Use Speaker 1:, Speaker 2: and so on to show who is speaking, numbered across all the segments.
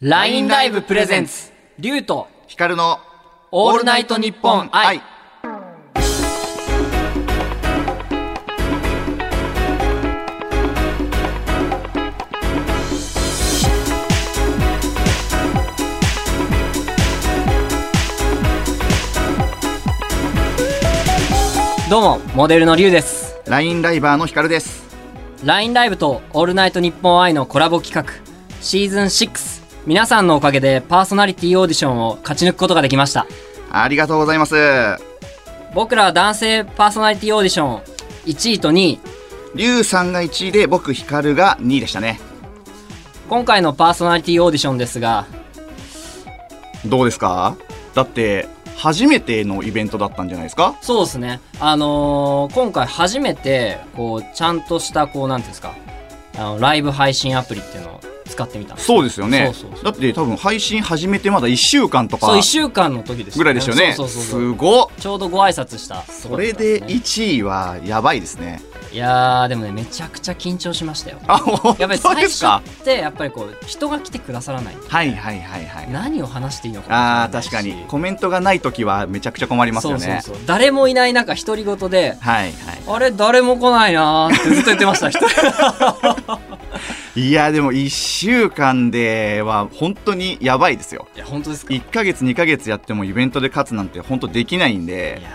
Speaker 1: ラインライブプレゼンツ、竜と
Speaker 2: ヒカルの
Speaker 1: オールナイトニッポン愛。どうも、モデルの竜です。
Speaker 2: ラインライバーのヒカルです。
Speaker 1: ラインライブとオールナイトニッポン愛のコラボ企画、シーズン6。皆さんのおかげでパーソナリティオーディションを勝ち抜くことができました。
Speaker 2: ありがとうございます。
Speaker 1: 僕らは男性パーソナリティオーディション1位と2位
Speaker 2: リュウさんが1位で僕ヒカルが2位でしたね。
Speaker 1: 今回のパーソナリティオーディションですが
Speaker 2: どうですかだって初めてのイベントだったんじゃないですか
Speaker 1: そうですねあのー今回初めてこうちゃんとしたこうなんていうんですかあのライブ配信アプリっていうのを使ってみたんです
Speaker 2: そうですよね
Speaker 1: そうそうそう
Speaker 2: だって多分配信始めてまだ1週間と
Speaker 1: そう
Speaker 2: か
Speaker 1: 1週間の時です
Speaker 2: ぐらいでしたよね。
Speaker 1: そうそうそうそう
Speaker 2: すごっ
Speaker 1: ちょうどご挨拶した
Speaker 2: それで
Speaker 1: い
Speaker 2: 1位はやばいですね。
Speaker 1: いやーでもねめちゃくちゃ緊張しましたよ
Speaker 2: あ、本
Speaker 1: や
Speaker 2: 当
Speaker 1: っぱ
Speaker 2: で
Speaker 1: り最
Speaker 2: すか
Speaker 1: 初ってやっぱりこう人が来てくださらない
Speaker 2: はいはいはいはい。
Speaker 1: 何を話していいのか
Speaker 2: あ
Speaker 1: わ
Speaker 2: ー確
Speaker 1: ら
Speaker 2: か
Speaker 1: ないし
Speaker 2: にコメントがない時はめちゃくちゃ困りますよね。
Speaker 1: そうそうそう誰もいない中独り言で
Speaker 2: はいはい。
Speaker 1: あれ誰も来ないなーってずっと言って ました一人
Speaker 2: いやでも1週間では本当にやばいですよ
Speaker 1: いや本当ですかい
Speaker 2: 1ヶ月2ヶ月やってもイベントで勝つなんて本当できないんで
Speaker 1: やー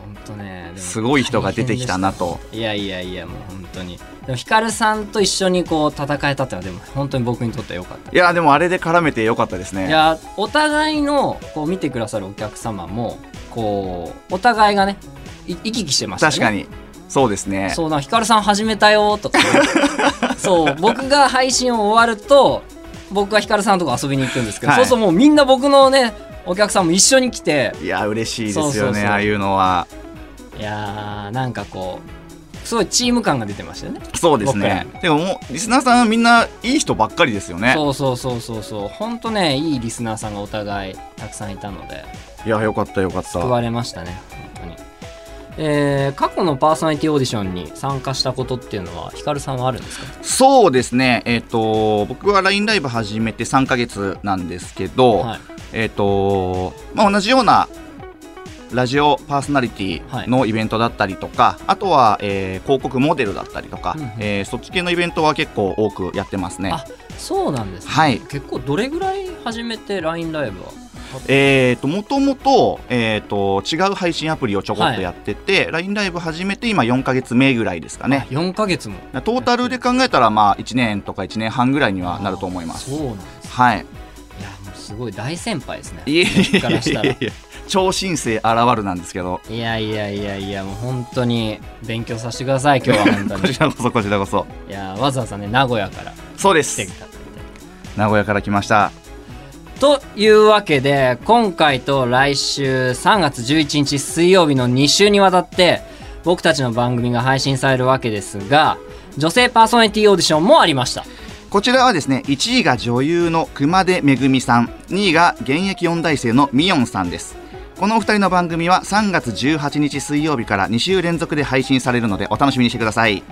Speaker 1: 本当ねでも
Speaker 2: すごい人が出てきたなと
Speaker 1: いやいやいやもう本当にでもヒカルさんと一緒にこう戦えたってのはでも本当に僕にとっては良かった
Speaker 2: いやでもあれで絡めてよかったです
Speaker 1: い
Speaker 2: ね
Speaker 1: やお互いのこう見てくださるお客様もこうお互いがねい行き来してましたね
Speaker 2: 確かにそうですね
Speaker 1: そうなヒカルさん始めたよとか そう僕が配信を終わると僕がヒカルさんのとこ遊びに行くんですけど、
Speaker 2: はい
Speaker 1: そうするともうみんな僕のねお客さんも一緒に来て
Speaker 2: いや嬉しいです
Speaker 1: そうそ
Speaker 2: よ
Speaker 1: うそう
Speaker 2: ねああいうのはい
Speaker 1: やーなんかこうすごいチーム感が出てましたよね
Speaker 2: そうですねでももうリスナーさんはみんないい人ばっかりですよね
Speaker 1: そうそうそうそうそうほんとねいいリスナーさんがお互いたくさんいたので
Speaker 2: いやよかったよかっ
Speaker 1: 救
Speaker 2: た
Speaker 1: われましたね本当にえー、過去のパーソナリティオーディションに参加したことっていうのはヒカルさんはあるんですか
Speaker 2: そうですねえっと僕は LINE ライブ始めて3ヶ月なんですけど
Speaker 1: はい
Speaker 2: えっ、と、まあ、同じようなラジオパーソナリティのイベントだったりとか、あとは、えー広告モデルだったりとか、
Speaker 1: うんうん
Speaker 2: えーそっち系のイベントは結構多くやってますね
Speaker 1: あ。そうなんですね、
Speaker 2: はい
Speaker 1: 結構どれぐらい始めて LINE ライブは
Speaker 2: えー、ともともと,、えー、と違う配信アプリをちょこっとやってて、LINE ライブ始めて今4か月目ぐらいですかね
Speaker 1: 4ヶ月も
Speaker 2: トータルで考えたらまあ1年とか1年半ぐらいにはなると思います
Speaker 1: あーそうなんです
Speaker 2: はい
Speaker 1: いやもうすごい大先輩ですね
Speaker 2: いえいえ
Speaker 1: 僕からしたら
Speaker 2: いえ超新星現るなんですけど
Speaker 1: いやいやいやいやもう本当に勉強させてください今日は本当
Speaker 2: こ
Speaker 1: に
Speaker 2: ちらこそこちらこそ
Speaker 1: いやわざわざね名古屋から
Speaker 2: そうで
Speaker 1: 来
Speaker 2: す
Speaker 1: てきたって
Speaker 2: 名古屋から来ました
Speaker 1: というわけで今回と来週3月11日水曜日の2週にわたって僕たちの番組が配信されるわけですが女性パーソナリティオーディションもありました
Speaker 2: こちらはですね1位が女優の熊手めぐみさん2位が現役音大生のみよんさんですこのお二人の番組は3月18日水曜日から2週連続で配信されるのでお楽しみにしてください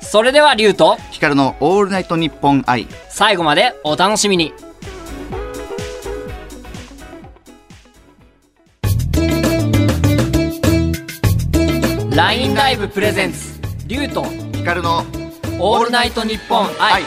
Speaker 1: それではリュウと
Speaker 2: ヒカルの「オールナイトニッポン愛
Speaker 1: 最後までお楽しみに「ラインライブプレゼンツ」「リュウと」
Speaker 2: ヒカルの
Speaker 1: 「オールナイトニッポン愛」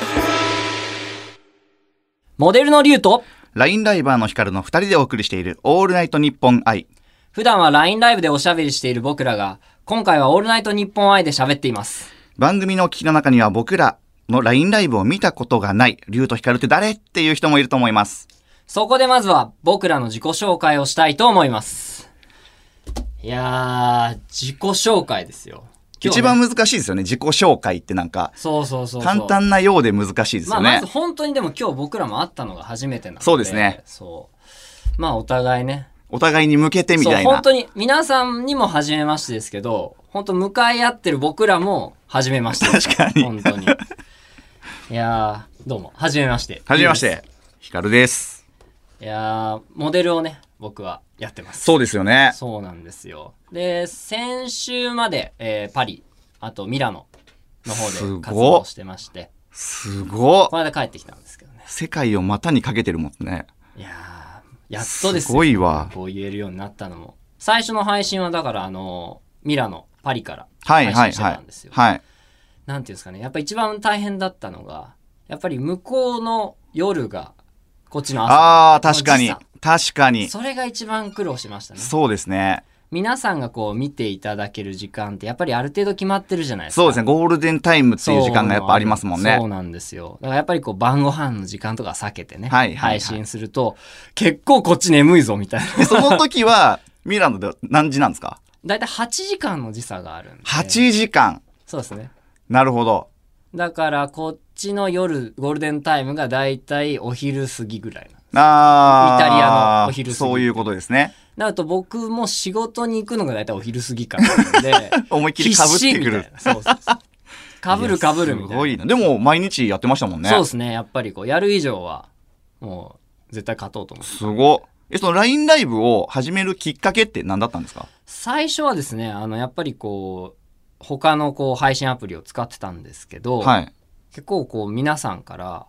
Speaker 1: モデルのリュウと」
Speaker 2: ラインライバーのヒカルの二人でお送りしている「オールナイトニッポン愛
Speaker 1: 普段は LINE ライブでおしゃべりしている僕らが今回は「オールナイトニッポン愛」で喋っています」
Speaker 2: 番組のお聞きの中には僕らの LINE ライブを見たことがない竜とヒカルって誰っていう人もいると思います
Speaker 1: そこでまずは僕らの自己紹介をしたいと思いますいやー自己紹介ですよ今日
Speaker 2: 一
Speaker 1: ね
Speaker 2: 番難しいですよね自己紹介ってなんか
Speaker 1: そうそうそうそう
Speaker 2: 簡単なようで難しいです
Speaker 1: ま
Speaker 2: よ
Speaker 1: あ、
Speaker 2: ね、
Speaker 1: まず本当にでも今日僕らも会ったのが初めてなので。
Speaker 2: そうですね
Speaker 1: そう。まあお互いね。
Speaker 2: お互いに向けてみ
Speaker 1: そう、
Speaker 2: たいな
Speaker 1: 本当に皆さんにも初めましてですけど、本当向かい合ってる僕らも初めまして。
Speaker 2: 確かに
Speaker 1: 本当に。いやー、どうも、初めまして。
Speaker 2: はじめまし
Speaker 1: いいで
Speaker 2: てヒカルです
Speaker 1: す。いやー、モデルをね、僕はやってます。
Speaker 2: そうですよね
Speaker 1: そうなんですよ。で、先週まで、えーパリ、あとミラノの方
Speaker 2: すご
Speaker 1: で
Speaker 2: っ
Speaker 1: 活動してまして、
Speaker 2: すごっ
Speaker 1: この間帰ってきたんですけどね。
Speaker 2: 世界を股にかけてるもんね。
Speaker 1: いやーやっとですよ
Speaker 2: すごいわ。
Speaker 1: こう言えるようになったのも。最初の配信はだから、あの、ミラノ、パリから
Speaker 2: はい
Speaker 1: 配
Speaker 2: はい
Speaker 1: 信して
Speaker 2: は
Speaker 1: た
Speaker 2: い
Speaker 1: んです。よ。
Speaker 2: はい。
Speaker 1: なんていうんですかね。やっぱ一番大変だったのが、やっぱり向こうの夜が、こっちの朝。
Speaker 2: ああ、確かに
Speaker 1: この時。
Speaker 2: 確かに
Speaker 1: 差。それが一番苦労しましたね。
Speaker 2: そうですね。
Speaker 1: 皆さんがこう見ていただける時間って、やっぱりある程度決まってるじゃないですか。
Speaker 2: そうですね。ゴールデンタイムって
Speaker 1: そう
Speaker 2: いう時間がやっぱありますもんね
Speaker 1: そう。なんですよ。だからやっぱりこう晩ご飯の時間とか避けてね、
Speaker 2: はいはいはい
Speaker 1: 配信すると、結構こっち眠いぞみたいな。
Speaker 2: でその時は、ミラノで何時なんですか
Speaker 1: だいたい8時間の時差があるんで。
Speaker 2: ?8 時間。
Speaker 1: そうですね。
Speaker 2: なるほど。
Speaker 1: だからこっちの夜、ゴールデンタイムがだいたいお昼過ぎぐらいな。
Speaker 2: あー
Speaker 1: イタリアのお昼過ぎ
Speaker 2: そういうことですね。
Speaker 1: なると僕も仕事に行くのがだいたいお昼過ぎからなん で、
Speaker 2: 思いっきり被ってく
Speaker 1: 必死み
Speaker 2: る
Speaker 1: たい。な。 そうそうそう。かぶるかぶるみたいな。
Speaker 2: すごいな。でも、毎日やってましたもんね。
Speaker 1: そうですね。やっぱりこう、やる以上は、もう、絶対勝とうと思う。
Speaker 2: すごっ。え、その LINE ライブを始めるきっかけって何だったんですか
Speaker 1: 最初はですね、あの、やっぱりこう、他のこう、配信アプリを使ってたんですけど、
Speaker 2: はい。
Speaker 1: 結構こう、皆さんから、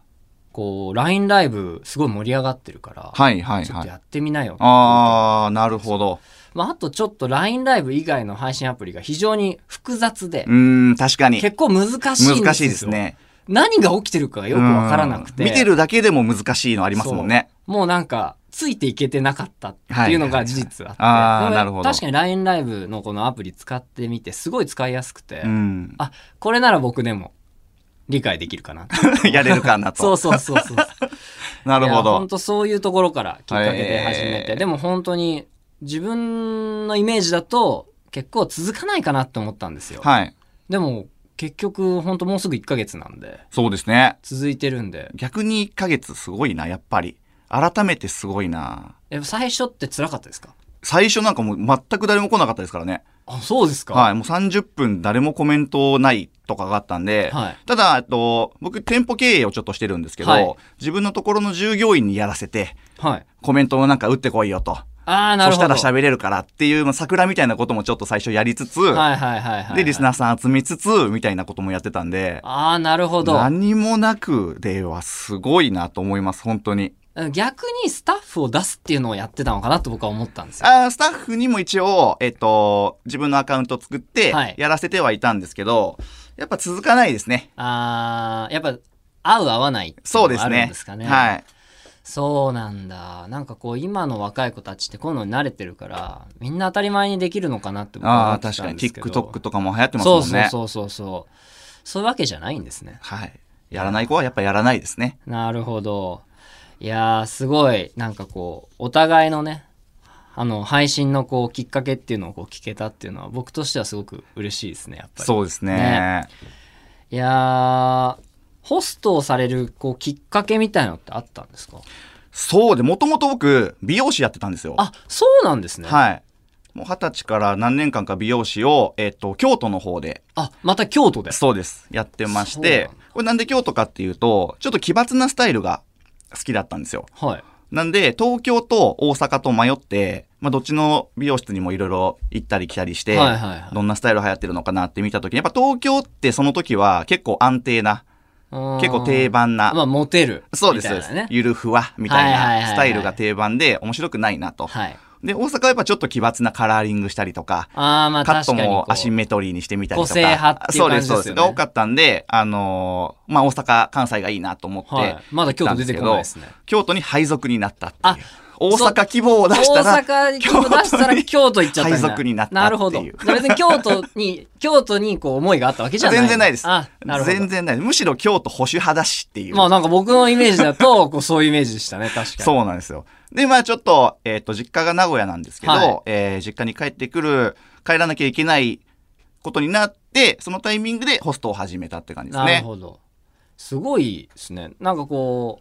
Speaker 1: こう、LINE ライブすごい盛り上がってるから、
Speaker 2: はいはい
Speaker 1: ちょっ
Speaker 2: は
Speaker 1: と
Speaker 2: い。
Speaker 1: やってみなよ。
Speaker 2: あー、なるほど。
Speaker 1: まあ、あとちょっと LINE ライブ以外の配信アプリが非常に複雑で
Speaker 2: う、ーん、確かに。
Speaker 1: 結構難しいんですよ。
Speaker 2: 難しいです。ね。
Speaker 1: 何が起きてるかよくわからなくて。
Speaker 2: うん見てるだけでも難しいのありますもんね。
Speaker 1: もうなんか、ついていけてなかったっていうのが事実あって。
Speaker 2: はいはいはいあー
Speaker 1: でも
Speaker 2: なるほど
Speaker 1: 確かに LINE ライブのこのアプリ使ってみて、すごい使いやすくて、
Speaker 2: うん。
Speaker 1: あ、これなら僕でも理解できるかな。
Speaker 2: やれるかなと。
Speaker 1: そうそうそう そう。
Speaker 2: なるほ
Speaker 1: 本
Speaker 2: ど。
Speaker 1: 当そういうところからきっかけで始めて、
Speaker 2: えー
Speaker 1: でも本当に自分のイメージだと結構続かないかなって思ったんですよ。
Speaker 2: はい。
Speaker 1: でも結局本当もうすぐ1ヶ月なんで、
Speaker 2: そうですね。
Speaker 1: 続いてるんで、
Speaker 2: 逆に1ヶ月すごいな、やっぱり。改めてすごいな。
Speaker 1: やっぱ最初って辛かったですか
Speaker 2: 最初なんかもう全く誰も来なかったですからね。
Speaker 1: あ、そうですか
Speaker 2: はい。もう30分誰もコメントないとかがあったんで。
Speaker 1: はい
Speaker 2: ただ、えっと、僕、店舗経営をちょっとしてるんですけど、
Speaker 1: はい
Speaker 2: 自分のところの従業員にやらせて、
Speaker 1: はい。
Speaker 2: コメントをなんか打ってこいよと。
Speaker 1: ああ、な
Speaker 2: そ
Speaker 1: る
Speaker 2: し
Speaker 1: ほ
Speaker 2: た
Speaker 1: ど。
Speaker 2: ら喋れるからっていう、まあ、桜みたいなこともちょっと最初やりつつ、
Speaker 1: はいはいはいはい、
Speaker 2: で、リス
Speaker 1: ー。
Speaker 2: ナーさん集めつつ、みたいなこともやってたんで、
Speaker 1: ああ、なるほど。
Speaker 2: 何もなくではすごいなと思います、本当に。
Speaker 1: 逆にスタッフを出すっていうのをやってたのかなと僕は思ったんですよ。
Speaker 2: あースタッフにも一応、えっと、自分のアカウントを作って
Speaker 1: はい、
Speaker 2: やらせてはいたんですけど、やっぱ続かないですね。
Speaker 1: ああ、やっぱ、合う合わないってい
Speaker 2: そ
Speaker 1: の
Speaker 2: うで
Speaker 1: があ
Speaker 2: す
Speaker 1: るん
Speaker 2: ね。
Speaker 1: ですかね。
Speaker 2: はい。
Speaker 1: そうなんだ。なんかこう、今の若い子たちってこういうのに慣れてるから、みんな当たり前にできるのかなって僕は
Speaker 2: あ
Speaker 1: 思
Speaker 2: あ、
Speaker 1: って
Speaker 2: 確か
Speaker 1: たん
Speaker 2: に。
Speaker 1: ですけど。
Speaker 2: TikTok とかも流行ってます
Speaker 1: そ
Speaker 2: も
Speaker 1: うんそう
Speaker 2: ね。
Speaker 1: そうそうそう。そういうわけじゃないんですね。
Speaker 2: はい。やらない子はやっぱやらないですね。
Speaker 1: なるほど。いやー、すごい、なんかこう、お互いのね、あの、配信のこう、きっかけっていうのをこう聞けたっていうのは、僕としてはすごく嬉しいですね、やっぱり。
Speaker 2: そうですね。
Speaker 1: ねいやー、ホストをされる、こう、きっかけみたいなのってあったんですか
Speaker 2: そうで、もともと僕、美容師やってたんですよ。
Speaker 1: あ、そうなんですね。
Speaker 2: はい。もう二十歳から何年間か美容師を、えっ、と、京都の方で、
Speaker 1: あ、また京都で。
Speaker 2: そうです。やってまし
Speaker 1: そうなん
Speaker 2: て
Speaker 1: だ、
Speaker 2: これなんで京都かっていうと、ちょっと奇抜なスタイルが好きだったんですよ。
Speaker 1: はい。
Speaker 2: なんで、東京と大阪と迷って、まあ、どっちの美容室にもいろいろ行ったり来たりして、
Speaker 1: はいはいはい
Speaker 2: どんなスタイル流行ってるのかなって見た時に、やっぱ東京ってその時は結構安定な、
Speaker 1: 結
Speaker 2: 結構定。番な、
Speaker 1: まあ、モテる。
Speaker 2: そうです、
Speaker 1: み
Speaker 2: そう
Speaker 1: たい
Speaker 2: で
Speaker 1: な
Speaker 2: す
Speaker 1: ね。。
Speaker 2: ゆるふわみた
Speaker 1: はい
Speaker 2: い
Speaker 1: はいはい
Speaker 2: な
Speaker 1: はい
Speaker 2: スタイルが定番で面白くないなと。
Speaker 1: はい。
Speaker 2: で、大阪はやっぱちょっと奇抜なカラーリングしたりとか、
Speaker 1: あー、まあ、
Speaker 2: カッ
Speaker 1: 確
Speaker 2: ト
Speaker 1: かにこ
Speaker 2: も
Speaker 1: う。
Speaker 2: アシンメトリーにしてみたりとか。
Speaker 1: 個性派っていう感じですよね
Speaker 2: そうです、そうです。多かったんで、あのーまあ、大阪、関西がいいなと思って、
Speaker 1: はい。まだ京都出てこないですね。
Speaker 2: 京都に配属になったってい
Speaker 1: あ
Speaker 2: う。大阪希望を出
Speaker 1: 大
Speaker 2: したら、
Speaker 1: 阪に京都出したら京都行っちゃったんだ
Speaker 2: 配属になったってい
Speaker 1: な
Speaker 2: う
Speaker 1: るほど。別に京都 に、京都にこう思いがあったわけじゃない。
Speaker 2: 全然ないです
Speaker 1: あ、なる。ほど。
Speaker 2: 全然ないです。むしろ京都保守派だしっていう。
Speaker 1: まあなんか僕のイメージだと、こうそういうイメージでしたね、確かに。
Speaker 2: そうなんですよ。で、まあちょっと、えっ、と、実家が名古屋なんですけど、
Speaker 1: はい
Speaker 2: えー実家に帰ってくる、帰らなきゃいけないことになって、そのタイミングでホストを始めたって感じです
Speaker 1: なる
Speaker 2: ね。
Speaker 1: ほど。すごいですね。なんかこ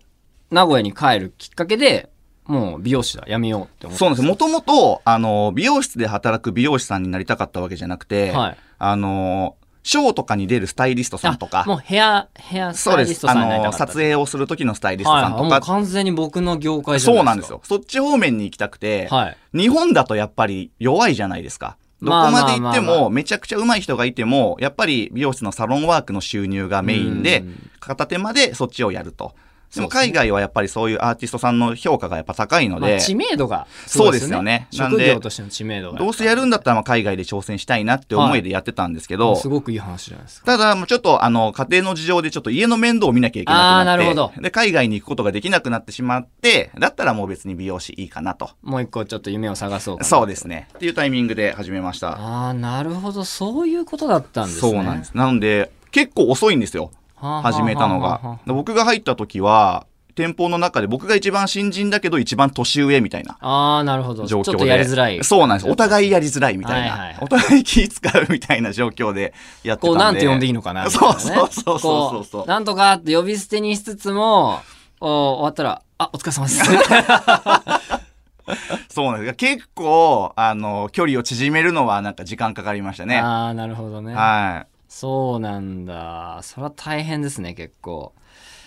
Speaker 1: う、名古屋に帰るきっかけで、もう美容師だ、やめようって思った
Speaker 2: そうなんですよ。もともと、あの、美容室で働く美容師さんになりたかったわけじゃなくて、
Speaker 1: はい
Speaker 2: あの、ショーとかに出るスタイリストさんと
Speaker 1: あも
Speaker 2: か、
Speaker 1: うヘア、ヘアス
Speaker 2: そう
Speaker 1: タ
Speaker 2: で
Speaker 1: イリス
Speaker 2: す。
Speaker 1: トさ
Speaker 2: あ
Speaker 1: んになりた
Speaker 2: の、
Speaker 1: かった。
Speaker 2: 撮影をする時のスタイリストさん
Speaker 1: はい
Speaker 2: と
Speaker 1: はい、もう
Speaker 2: か、
Speaker 1: 完全に僕の業界じゃないですか。
Speaker 2: そうなんですよ。そっち方面に行きたくて、
Speaker 1: はい。
Speaker 2: 日本だとやっぱり弱いじゃないですか。どこ
Speaker 1: まあ
Speaker 2: まで行って
Speaker 1: まあまあま
Speaker 2: も、めちゃくちゃ上手い人がいても、やっぱり美容室のサロンワークの収入がメインで
Speaker 1: うん、
Speaker 2: 片手間でそっちをやると。でも海外はやっぱりそういうアーティストさんの評価がやっぱ高いの
Speaker 1: まあ
Speaker 2: で、
Speaker 1: 知名度が
Speaker 2: そうですよねなん
Speaker 1: 職
Speaker 2: で
Speaker 1: 業としての知名度が
Speaker 2: どうせやるんだったらまあ海外で挑戦したいなって思いでやってたんですけど、
Speaker 1: すごくいい話じゃないですか
Speaker 2: ただ、もうちょっと、あの、家庭の事情でちょっと家の面倒を見なきゃいけ
Speaker 1: あ
Speaker 2: な
Speaker 1: ー
Speaker 2: くなって、
Speaker 1: なるほど
Speaker 2: で、海外に行くことができなくなってしまって、だったらもう別に美容師いいかなと。
Speaker 1: もう一個ちょっと夢を探そうかな
Speaker 2: そうですね。っていうタイミングで始めました。
Speaker 1: ああなるほどそういうことだったんですね
Speaker 2: そうなんですす。なので、結構遅いんですよ。始
Speaker 1: 始
Speaker 2: めたのが。で僕が入った時は、店舗の中で僕が一番新人だけど一番年上みたいな。
Speaker 1: ああなるほどち
Speaker 2: 状
Speaker 1: ょ
Speaker 2: 況
Speaker 1: っ
Speaker 2: で
Speaker 1: とやりづらい
Speaker 2: そうなんです。お互いやりづらいみたい
Speaker 1: は
Speaker 2: な。
Speaker 1: いはいはい
Speaker 2: お互い気使うみたいな状況でやってたんで。
Speaker 1: こうなんて呼んでいいのかなみたいなね
Speaker 2: そうそうそうそうそうそう
Speaker 1: こなんとかって呼び捨てにしつつもお終わったらあお疲れ様です
Speaker 2: そうなんです。結構、あの、距離を縮めるのはなんか時間かかりましたね。
Speaker 1: ああなるほどね
Speaker 2: は
Speaker 1: そうなんだそれは大変ですね結構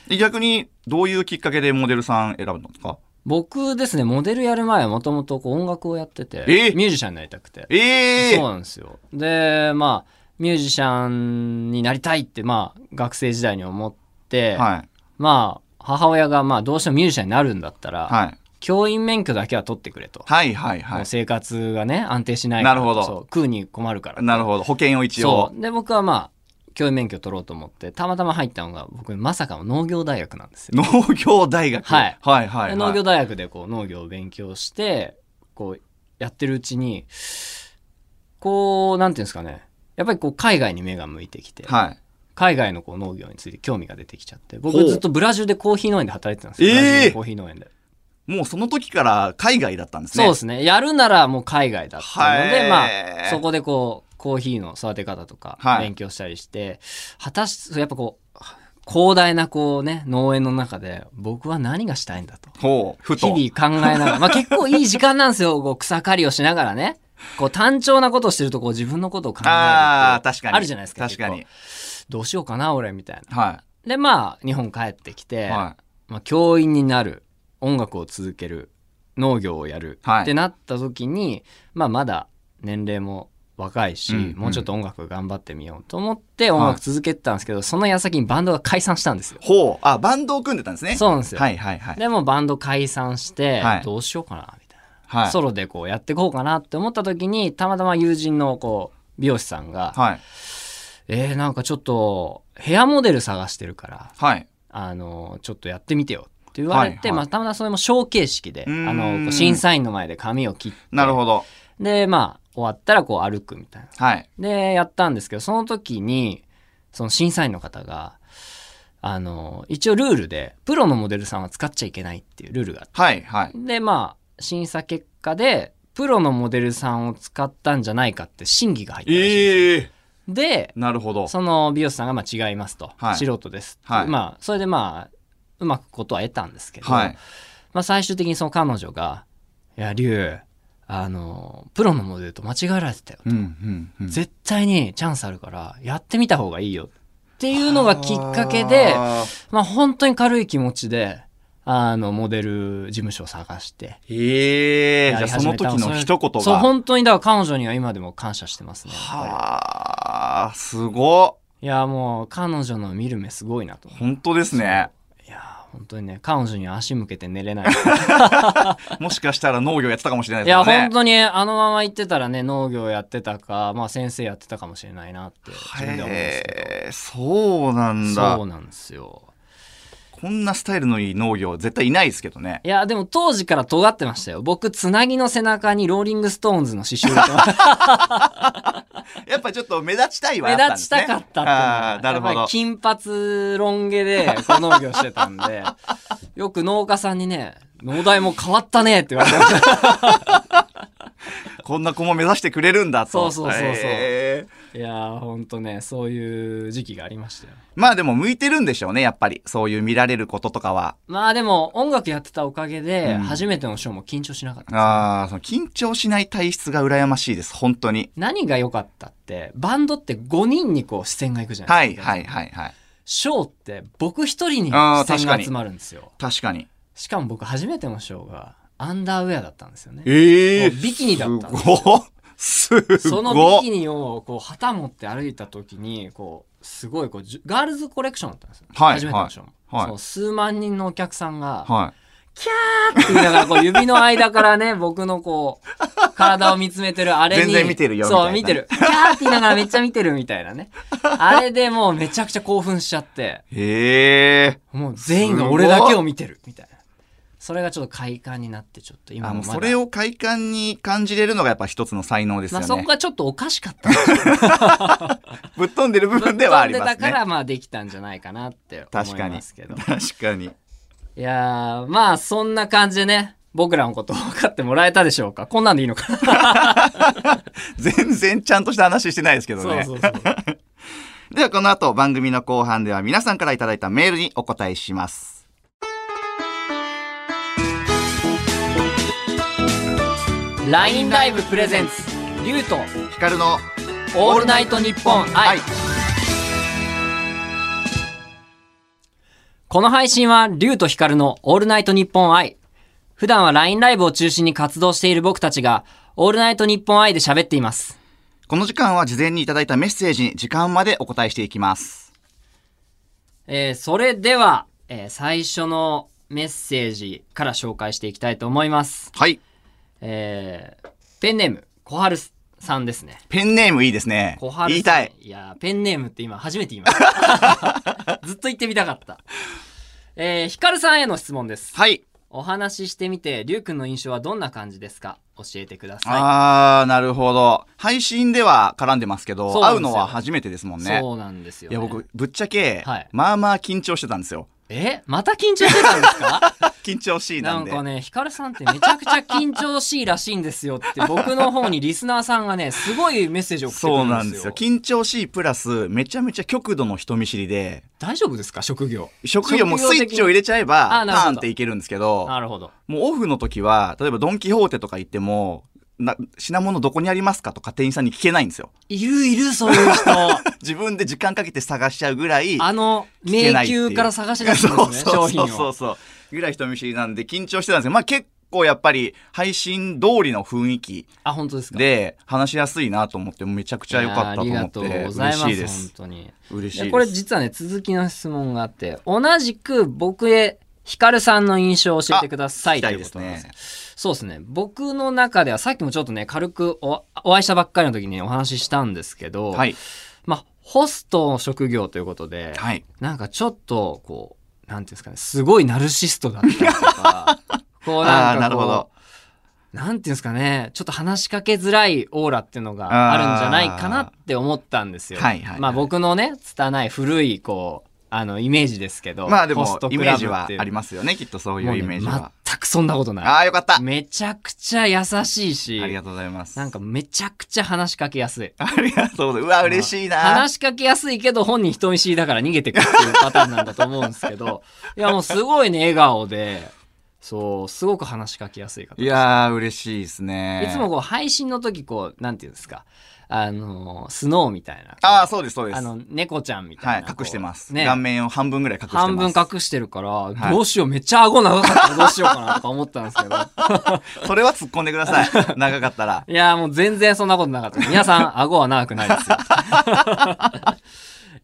Speaker 2: い。で逆に、どういうきっかけでモデルさん選ぶんですか
Speaker 1: 僕ですねモデルやる前はもともとこう音楽をやってて
Speaker 2: え
Speaker 1: ミュージシャンになりたくて
Speaker 2: ええ
Speaker 1: そうなんですよでまあミュージシャンになりたいってまあ学生時代に思って、
Speaker 2: はい。
Speaker 1: まあ母親がまあどうしてもミュージシャンになるんだったら、
Speaker 2: はい。
Speaker 1: 教員免許だけは取ってくれと、
Speaker 2: はいはいは
Speaker 1: もう
Speaker 2: い。
Speaker 1: 生活がね安定しないから
Speaker 2: なるほど
Speaker 1: そう食うに困るから
Speaker 2: なるほど。保険を一
Speaker 1: そ
Speaker 2: 応。
Speaker 1: うで僕はまあ教員免許取ろうと思ってたまたま入ったのが僕まさかの農業大学なんですよ、
Speaker 2: 農業大学。
Speaker 1: はい
Speaker 2: はいはい、は
Speaker 1: で
Speaker 2: い。
Speaker 1: 農業大学でこう農業を勉強してこうやってるうちにこうなんていうんですかねやっぱりこう海外に目が向いてきて、
Speaker 2: はい。
Speaker 1: 海外のこう農業について興味が出てきちゃって
Speaker 2: ほ
Speaker 1: 僕
Speaker 2: う
Speaker 1: ずっとブラジルでコーヒー農園で働いてたんですよ、
Speaker 2: えー
Speaker 1: ブラジルのコーヒー農園で、
Speaker 2: もうその時から海外だったんですね。
Speaker 1: そうですねやるならもう海外だったの
Speaker 2: は
Speaker 1: で
Speaker 2: い
Speaker 1: まあそこでこうコーヒーの育て方とか
Speaker 2: はい
Speaker 1: 勉強したりして、果たしてやっぱこう広大なこうね農園の中で僕は何がしたいんだと
Speaker 2: ほう。ふと。
Speaker 1: 日々考えながら、まあ、結構いい時間なんですよ こう草刈りをしながらねこう単調なことをしてるとこう自分のことを考えるっていう
Speaker 2: ああ、確かに。
Speaker 1: あるじゃないですか
Speaker 2: 確かに。
Speaker 1: どうしようかな俺みたいな
Speaker 2: は
Speaker 1: でまあ日本帰ってき
Speaker 2: い。
Speaker 1: て、
Speaker 2: は
Speaker 1: まあ、教員になる音楽を続ける農業をやる、
Speaker 2: はい
Speaker 1: ってなった時に、まあ、まだ年齢も若いし、
Speaker 2: うんうん
Speaker 1: もうちょっと音楽頑張ってみようと思って音楽続けてたんですけど、その矢先にバンドが解散したんですよ
Speaker 2: い。。ほう。あ、バンドを組んでたんですね。
Speaker 1: そうなんですよ、
Speaker 2: はいはいはい。
Speaker 1: でもバンド解散して、
Speaker 2: はい
Speaker 1: どうしようかなみたいな。
Speaker 2: はい。
Speaker 1: ソロでこうやっていこうかなって思った時にたまたま友人のこう美容師さんが
Speaker 2: はい。
Speaker 1: 「えー、なんかちょっとヘアモデル探してるから
Speaker 2: はい。
Speaker 1: あのちょっとやってみてよ」って言われて、
Speaker 2: はいはい
Speaker 1: まあ、たまたまそれも小形式で
Speaker 2: う
Speaker 1: あ
Speaker 2: ーん
Speaker 1: のこう審査員の前で髪を切って
Speaker 2: なるほど。
Speaker 1: でまあ終わったらこう歩くみたいな。
Speaker 2: はい。
Speaker 1: でやったんですけどその時にその審査員の方があの一応ルールでプロのモデルさんは使っちゃいけないっていうルールがあって
Speaker 2: はいはい。
Speaker 1: でまあ審査結果でプロのモデルさんを使ったんじゃないかって審議が入ったらしいんですよ
Speaker 2: ええ
Speaker 1: で
Speaker 2: なるほど。
Speaker 1: その美容師さんがまあ違いますと、
Speaker 2: はい
Speaker 1: 素人ですって、
Speaker 2: はい
Speaker 1: まあそれでまあうまくことは得たんですけど、
Speaker 2: はい。
Speaker 1: まあ、最終的にその彼女が「いや龍あのプロのモデルと間違えられてたよ」
Speaker 2: うんうんうん
Speaker 1: 絶対にチャンスあるからやってみた方がいいよ」っていうのがきっかけで
Speaker 2: あ
Speaker 1: まあ本当に軽い気持ちであのモデル事務所を探して
Speaker 2: ーへえ
Speaker 1: や
Speaker 2: じゃあ
Speaker 1: り
Speaker 2: そ
Speaker 1: 始
Speaker 2: の
Speaker 1: めた
Speaker 2: 時の一言が。
Speaker 1: そう本当にだから彼女には今でも感謝してますねやっぱ
Speaker 2: はあ、すごっ
Speaker 1: りいやもう彼女の見る目すごいなと思う
Speaker 2: 本当ですね。
Speaker 1: いや本当にね彼女には足向けて寝 れない
Speaker 2: もしかしたら農業やってたかもしれない
Speaker 1: い
Speaker 2: です
Speaker 1: や
Speaker 2: よね。
Speaker 1: 本当にあのまま行ってたらね農業やってたか、まあ、先生やってたかもしれないなって自分では思うんですけ
Speaker 2: へえそうなん
Speaker 1: ど
Speaker 2: だ
Speaker 1: そうなんですよ
Speaker 2: こんなスタイルのいい農業絶対いないですけどね
Speaker 1: いやでも当時から尖ってましたよ僕つなぎの背中にローリングストーンズの刺繍を入れてました
Speaker 2: やっぱちょっと目立ちたいはあ
Speaker 1: 目
Speaker 2: ったんで
Speaker 1: 立ち
Speaker 2: すね
Speaker 1: たかったっていうの
Speaker 2: あ
Speaker 1: は
Speaker 2: あなるほ
Speaker 1: やっぱ
Speaker 2: ど
Speaker 1: り金髪ロン毛でこう農業してたん でよく農家さんにね農大も変わったねって言われてました
Speaker 2: こんな子も目指してくれるんだと
Speaker 1: そうそうそうそう
Speaker 2: へえ
Speaker 1: いやーほんとねそういう時期がありましたよ
Speaker 2: まあでも向いてるんでしょうねやっぱりそういう見られることとかは
Speaker 1: まあでも音楽やってたおかげで
Speaker 2: うん
Speaker 1: 初めてのショーも緊張しなかったです、
Speaker 2: ああその緊張しない体質が羨ましいです本当に
Speaker 1: 何が良かったってバンドって5人にこう視線が行くじゃな
Speaker 2: はいい
Speaker 1: ですか、
Speaker 2: はいはいはい
Speaker 1: ショーって僕一人に
Speaker 2: あー
Speaker 1: 視線
Speaker 2: 確か
Speaker 1: が
Speaker 2: に
Speaker 1: 集まるんですよ
Speaker 2: 確かに
Speaker 1: しかも僕初めてのショーがアンダーウェアだったんですよね
Speaker 2: ええ
Speaker 1: もうビキニだったんです
Speaker 2: すごっすごっ
Speaker 1: そのビキニをこう旗持って歩いた時にこうすごいこうじゅガールズコレクションだったんですよ、
Speaker 2: はい
Speaker 1: 初めてのショーも、
Speaker 2: はい
Speaker 1: そう数万人のお客さんが、
Speaker 2: は
Speaker 1: キャーって言いながら、こう指の間からね、僕のこう、体を見つめてるあれに。
Speaker 2: 全然見てるよ
Speaker 1: そう、
Speaker 2: み
Speaker 1: 見
Speaker 2: た
Speaker 1: て
Speaker 2: いな
Speaker 1: る。キャーって言いながらめっちゃ見てるみたいなね。あれでもうめちゃくちゃ興奮しちゃって、
Speaker 2: い。へえ。
Speaker 1: もう全員が俺だけを見てるみたいな。それがちょっと快感になって、ちょっと今
Speaker 2: あ
Speaker 1: も
Speaker 2: もう
Speaker 1: まだ
Speaker 2: それを快感に感じれるのがやっぱ一つの才能です
Speaker 1: まあ
Speaker 2: よね。
Speaker 1: そこがちょっとおかしかったんですよ。
Speaker 2: ぶっ飛んでる部 分ではあります
Speaker 1: だか
Speaker 2: ね。
Speaker 1: らまあできたんじゃないかなって思
Speaker 2: 確か
Speaker 1: い
Speaker 2: に。
Speaker 1: ますけど。
Speaker 2: 確かに。
Speaker 1: いやー、まあそんな感じでね、僕らのこと分かってもらえたでしょうかこんなんでいいのかな、
Speaker 2: 全然ちゃんとした話してないですけどね。
Speaker 1: そうそうそう。
Speaker 2: ではこの後番組の後半では皆さんからいただいたメールにお答えします。
Speaker 1: ラインライブプレゼンツ、リュウと
Speaker 2: ヒカルの
Speaker 1: オールナイトニッポン愛。この配信は、リュウとヒカルのオールナイトニッポン愛。普段は LINE ライブを中心に活動している僕たちが、オールナイトニッポン愛で喋っています。
Speaker 2: この時間は事前にいただいたメッセージに時間までお答えしていきます。
Speaker 1: えーそれでは、えー最初のメッセージから紹介していきたいと思います。
Speaker 2: はい。
Speaker 1: えーペンネーム、小春さんですね。
Speaker 2: ペンネームいいですね
Speaker 1: 小。春さん
Speaker 2: 言いたい。。
Speaker 1: いやー、ペンネームって今初めて言いました。ずっと言ってみたか った。えー、ヒカルさんへの質問です。
Speaker 2: はい。
Speaker 1: お話ししてみて、りゅうくんの印象はどんな感じですか教えてくださ
Speaker 2: あー、なるほど。配信では絡んでますけど、
Speaker 1: そうなん
Speaker 2: 会
Speaker 1: で
Speaker 2: う
Speaker 1: すよ
Speaker 2: のは初めてですもん
Speaker 1: い。
Speaker 2: ね。
Speaker 1: そうなんですよ、ね。
Speaker 2: いや、僕、ぶっちゃけ、
Speaker 1: はい
Speaker 2: まあまあ緊張してたんですよ。
Speaker 1: えまた緊張してたんですか
Speaker 2: 緊張しいな
Speaker 1: なんん
Speaker 2: で。
Speaker 1: かね、ヒカルさんってめちゃくちゃ緊張しいらしいんですよって、僕の方にリスナーさんがね、すごいメッセージを送ってく
Speaker 2: そうな
Speaker 1: るんで
Speaker 2: んですす
Speaker 1: よ。
Speaker 2: よ。緊張しいプラス、めちゃめちゃ極度の人見知りで、
Speaker 1: 大丈夫ですか職業。
Speaker 2: 職業も
Speaker 1: 職業
Speaker 2: ス
Speaker 1: 的に
Speaker 2: イッチを入れちゃえ
Speaker 1: あ
Speaker 2: ば、パ
Speaker 1: なるほど
Speaker 2: ーンっていけるんですけど、
Speaker 1: なるほど。
Speaker 2: もうオフの時は、例えばドンキホーテとか行っても、な品物どこにありますかとか店員さんに聞けないんですよ。
Speaker 1: いるいる、そういう人。
Speaker 2: 自分で時間かけて探しちゃうぐらい、
Speaker 1: あの、迷
Speaker 2: けないっていう
Speaker 1: 宮から探し出す
Speaker 2: そ
Speaker 1: んです
Speaker 2: う
Speaker 1: ね、
Speaker 2: そ
Speaker 1: 商
Speaker 2: う
Speaker 1: 品
Speaker 2: そ
Speaker 1: を。
Speaker 2: うそうそう。ぐらい人見知りなんで緊張してたんですよ。まあ結構やっぱり配信通りの雰囲気
Speaker 1: あ、本当ですか。
Speaker 2: で話しやすいなと思ってめちゃくちゃ良かったと
Speaker 1: いや
Speaker 2: 思
Speaker 1: あ
Speaker 2: っ
Speaker 1: り
Speaker 2: て
Speaker 1: がとうござい
Speaker 2: 嬉
Speaker 1: ま
Speaker 2: し
Speaker 1: す
Speaker 2: いです。
Speaker 1: 本当に
Speaker 2: 嬉しい
Speaker 1: い
Speaker 2: で
Speaker 1: や
Speaker 2: す。
Speaker 1: これ実はね続きの質問があって同じく僕へヒカルさんの印象を教えてください
Speaker 2: あ
Speaker 1: とい
Speaker 2: 聞きたいうで
Speaker 1: こ
Speaker 2: す
Speaker 1: と
Speaker 2: ね
Speaker 1: なんですねそうですね僕の中ではさっきもちょっとね軽くおお会いしたばっかりの時にお話ししたんですけど、
Speaker 2: はい
Speaker 1: まあホストの職業ということで、
Speaker 2: はい
Speaker 1: なんかちょっとこうなんていうんですかねすごいナルシストだったりと かこうなん
Speaker 2: あ
Speaker 1: かこ
Speaker 2: ー
Speaker 1: う
Speaker 2: なるほど
Speaker 1: なんていうんですかね、ちょっと話しかけづらいオーラっていうのがあるんじゃないかなって思ったんですよ。
Speaker 2: あーはいはいはい
Speaker 1: まあ僕のね、拙い古い、こう、あの、イメージですけど。
Speaker 2: まあでも
Speaker 1: ホスト
Speaker 2: イ
Speaker 1: ク
Speaker 2: メ
Speaker 1: ラ
Speaker 2: ー
Speaker 1: ブ
Speaker 2: ジ
Speaker 1: っ
Speaker 2: は
Speaker 1: ていう
Speaker 2: ありますよねきっとそうい
Speaker 1: も
Speaker 2: う
Speaker 1: うね
Speaker 2: イメージは。
Speaker 1: 全くそんなことない。
Speaker 2: ああよかった。
Speaker 1: めちゃくちゃ優しいし、
Speaker 2: ありがとうございます。
Speaker 1: なんかめちゃくちゃ話しかけやすい。
Speaker 2: ありがとうございます。うわ嬉しいな。
Speaker 1: 話しかけやすいけど本人人見知りだから逃げてくっていうパターンなんだと思うんですけ ど、いやもうすごいね、笑顔で、そう、すごく話しかけやすい方
Speaker 2: いやー嬉しいですね。
Speaker 1: いつもこう配信の時こうなんていうんですかあのースノーみたいな
Speaker 2: ああ
Speaker 1: こ
Speaker 2: そうですそう
Speaker 1: う
Speaker 2: です。
Speaker 1: あの猫ちゃんみた
Speaker 2: はいい
Speaker 1: な、こう
Speaker 2: 隠してます。
Speaker 1: ね
Speaker 2: 顔面を半分ぐらい隠してます。
Speaker 1: 半分隠してるから、
Speaker 2: い
Speaker 1: どうしようめっちゃ顎長かったらどうしようかなとか思ったんですけど
Speaker 2: それは突っ込んでください。 長かったら。
Speaker 1: いやーもう全然そんなことなかった皆さん顎は長くないですよ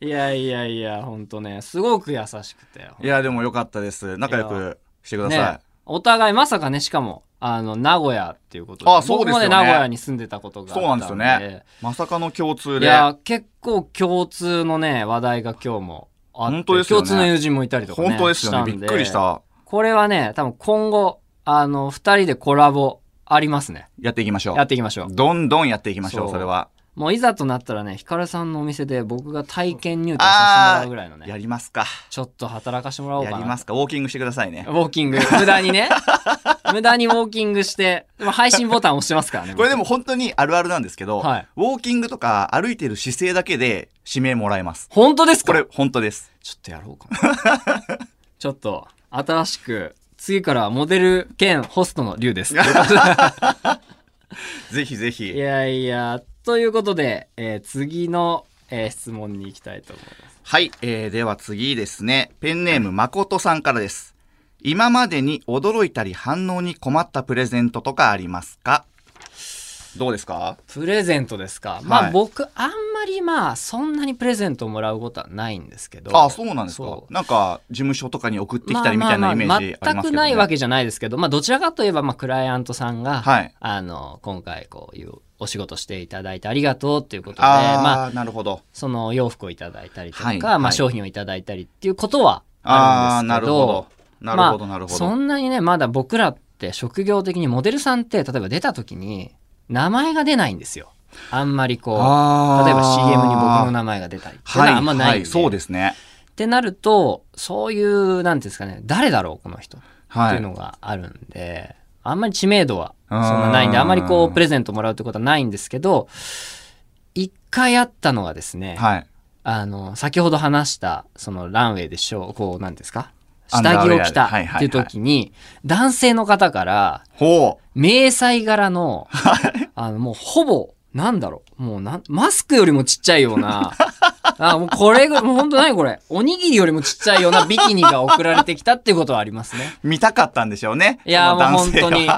Speaker 1: いやいやいやほんとねすごく優しくて
Speaker 2: いやでも良かったです。仲良
Speaker 1: い
Speaker 2: くしてください。
Speaker 1: ねお互いまさかねしかもあの名古屋っていうこと
Speaker 2: あそうです
Speaker 1: 僕も
Speaker 2: よね
Speaker 1: ね名古屋に住んでたことがあった
Speaker 2: そうなんですよね。まさかの共通
Speaker 1: い
Speaker 2: で。
Speaker 1: や結構共通のね話題が今日もあって
Speaker 2: 本当ですよね
Speaker 1: 共通の友人もいたりとか、ね、
Speaker 2: 本当ですよ
Speaker 1: たん
Speaker 2: ね。びっくりした。
Speaker 1: これはね多分今後あの2人でコラボありますね
Speaker 2: やっていきましょ
Speaker 1: やっ
Speaker 2: う。
Speaker 1: ていきましょう
Speaker 2: どんどんやっていきましょう、
Speaker 1: そう
Speaker 2: それは。
Speaker 1: もういざとなったらねヒカルさんのお店で僕が体験入店させてもらうぐらいの
Speaker 2: や
Speaker 1: ね
Speaker 2: りますか。
Speaker 1: ちょっと働かしてもらおう
Speaker 2: や
Speaker 1: か
Speaker 2: り
Speaker 1: な
Speaker 2: ますか。ウォーキングしてくださいね
Speaker 1: ウ。ォーキング無駄に ね無駄にウォーキングしてでも配信ボタン押してますからね
Speaker 2: これで
Speaker 1: も
Speaker 2: も本当にあるあるなんですけど、
Speaker 1: はい
Speaker 2: ウォーキングとか歩いてる姿勢だけで指名もらえます。
Speaker 1: 本当ですか
Speaker 2: これ本当です。
Speaker 1: ちょっとやろうかな。 ちょっと、新しく、次からはモデル兼ホストの龍 です。い
Speaker 2: ぜひぜひ。
Speaker 1: やいや、ということで、えー次の、えー質問に行きたいと思います。
Speaker 2: はい、えーでは次ですね。ペンネームまことさんからです。今までに驚いたり反応に困ったプレゼントとかありますかどうですか
Speaker 1: プレゼントですか。まあ、
Speaker 2: はい
Speaker 1: 僕、あんまりまあそんなにプレゼントをもらうことはないんですけど
Speaker 2: ああ、そうなんですか
Speaker 1: そ。う
Speaker 2: なんか、事務所とかに送ってきたりみたいなイメージ
Speaker 1: まあまあまあ
Speaker 2: ありますけ
Speaker 1: 全
Speaker 2: ど、ね。
Speaker 1: くないわけじゃないですけど、まあ、どちらかといえば、まあ、クライアントさんが、
Speaker 2: はい。
Speaker 1: あの今回こういうお仕事していただいてありがとうっていうことで
Speaker 2: ああ、
Speaker 1: まあ、
Speaker 2: なるほど。
Speaker 1: そのお洋服をいただいたりとか、
Speaker 2: はい
Speaker 1: ま
Speaker 2: は
Speaker 1: あ、
Speaker 2: い
Speaker 1: 商品をいただいたりっていうことはあ
Speaker 2: ああ、
Speaker 1: るんで
Speaker 2: な
Speaker 1: す
Speaker 2: る
Speaker 1: け
Speaker 2: ほど
Speaker 1: ど。
Speaker 2: なるほど、なる
Speaker 1: まあ、
Speaker 2: ほ
Speaker 1: そ
Speaker 2: ど。
Speaker 1: んなにねまだ僕らって職業的にモデルさんって例えば出た時に名前が出ないんですよあんまりこう
Speaker 2: あー
Speaker 1: 例えば CM に僕の名前が出たりっていうの
Speaker 2: はい、
Speaker 1: はあんまないんで、
Speaker 2: はい、そうですね。
Speaker 1: ってなるとそういうなんていうんですかね誰だろうこの人って。
Speaker 2: はいいう
Speaker 1: のがあるんで、あんまり知名度はそんなないんで
Speaker 2: あー
Speaker 1: あんまりこうプレゼントもらうってことはないんですけど一回あったのがですね、
Speaker 2: はい。
Speaker 1: あの先ほど話したそのランウェイでしょうこうなんですか
Speaker 2: アンダ
Speaker 1: 下
Speaker 2: ーウ
Speaker 1: 着
Speaker 2: ェア
Speaker 1: を
Speaker 2: で
Speaker 1: 着た
Speaker 2: はいはいはい
Speaker 1: っていう時に男性の方から
Speaker 2: ほう。
Speaker 1: 迷彩柄のあのもうほぼなんだろうもうなんマスクよりもちっちゃいようなあもうこれぐもう本当何これおにぎりよりもちっちゃいようなビキニが送られてきたっていうことはありますね。
Speaker 2: 見たかったんでしょうね。
Speaker 1: いや
Speaker 2: そ
Speaker 1: もう
Speaker 2: の
Speaker 1: 本
Speaker 2: 男性
Speaker 1: 当
Speaker 2: は
Speaker 1: に。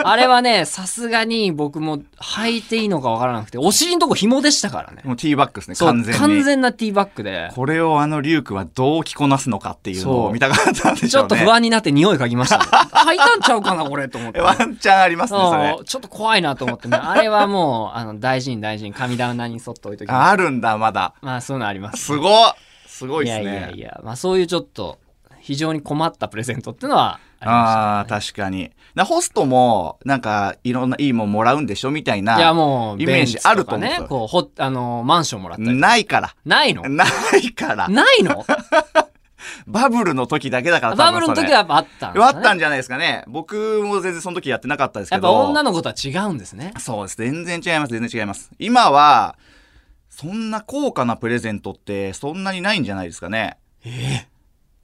Speaker 1: あれはね、さすがに僕も履いていいのかわからなくて、お尻のとこ紐でしたからね。
Speaker 2: もうティーバックですね、
Speaker 1: そう
Speaker 2: 完全に。
Speaker 1: 完全なティーバッグで、
Speaker 2: これをあのリュウクはどう着こなすのかっていうの
Speaker 1: そ
Speaker 2: を
Speaker 1: う
Speaker 2: 見たかったんでし
Speaker 1: ちょ
Speaker 2: ょう
Speaker 1: っ
Speaker 2: ね。
Speaker 1: と不安になって匂い嗅ぎましたね。履いたんちゃうかな、これ、と思って。
Speaker 2: ワンチャンありますね、それ
Speaker 1: そ。うちょっと怖いなと思ってね。あれはもう、あの、大事に大事に神棚に沿っておいときま
Speaker 2: あるんだ、まだ。
Speaker 1: す。まあ、そういうのあります。
Speaker 2: すごいすごい
Speaker 1: い
Speaker 2: です
Speaker 1: や
Speaker 2: ね。
Speaker 1: いやいや、まあそういうちょっと、非常に困ったプレゼントっていうのはありま
Speaker 2: ああ、確かに。なホストも、なんか、いろんないいもんもらうんでしょみたい
Speaker 1: した。
Speaker 2: な。
Speaker 1: いや、もう、
Speaker 2: イメージ
Speaker 1: ベンツか
Speaker 2: あると思うんです
Speaker 1: ね
Speaker 2: よ。
Speaker 1: こう、ほ、あの、マンションもらったり。
Speaker 2: ないから。
Speaker 1: ないの
Speaker 2: ないから。
Speaker 1: ない の
Speaker 2: バブルの時だけだから、
Speaker 1: バブルの時はやっぱあったんです
Speaker 2: は。
Speaker 1: か
Speaker 2: あ
Speaker 1: ね
Speaker 2: ったんじゃないですかね。僕も全然その時やってなかったです
Speaker 1: や
Speaker 2: け
Speaker 1: っ
Speaker 2: ど。
Speaker 1: ぱ女の子とは違うんですね。
Speaker 2: そうです。全然違います。全然違います。今は、そんな高価なプレゼントってそんなにないんじゃないですかね。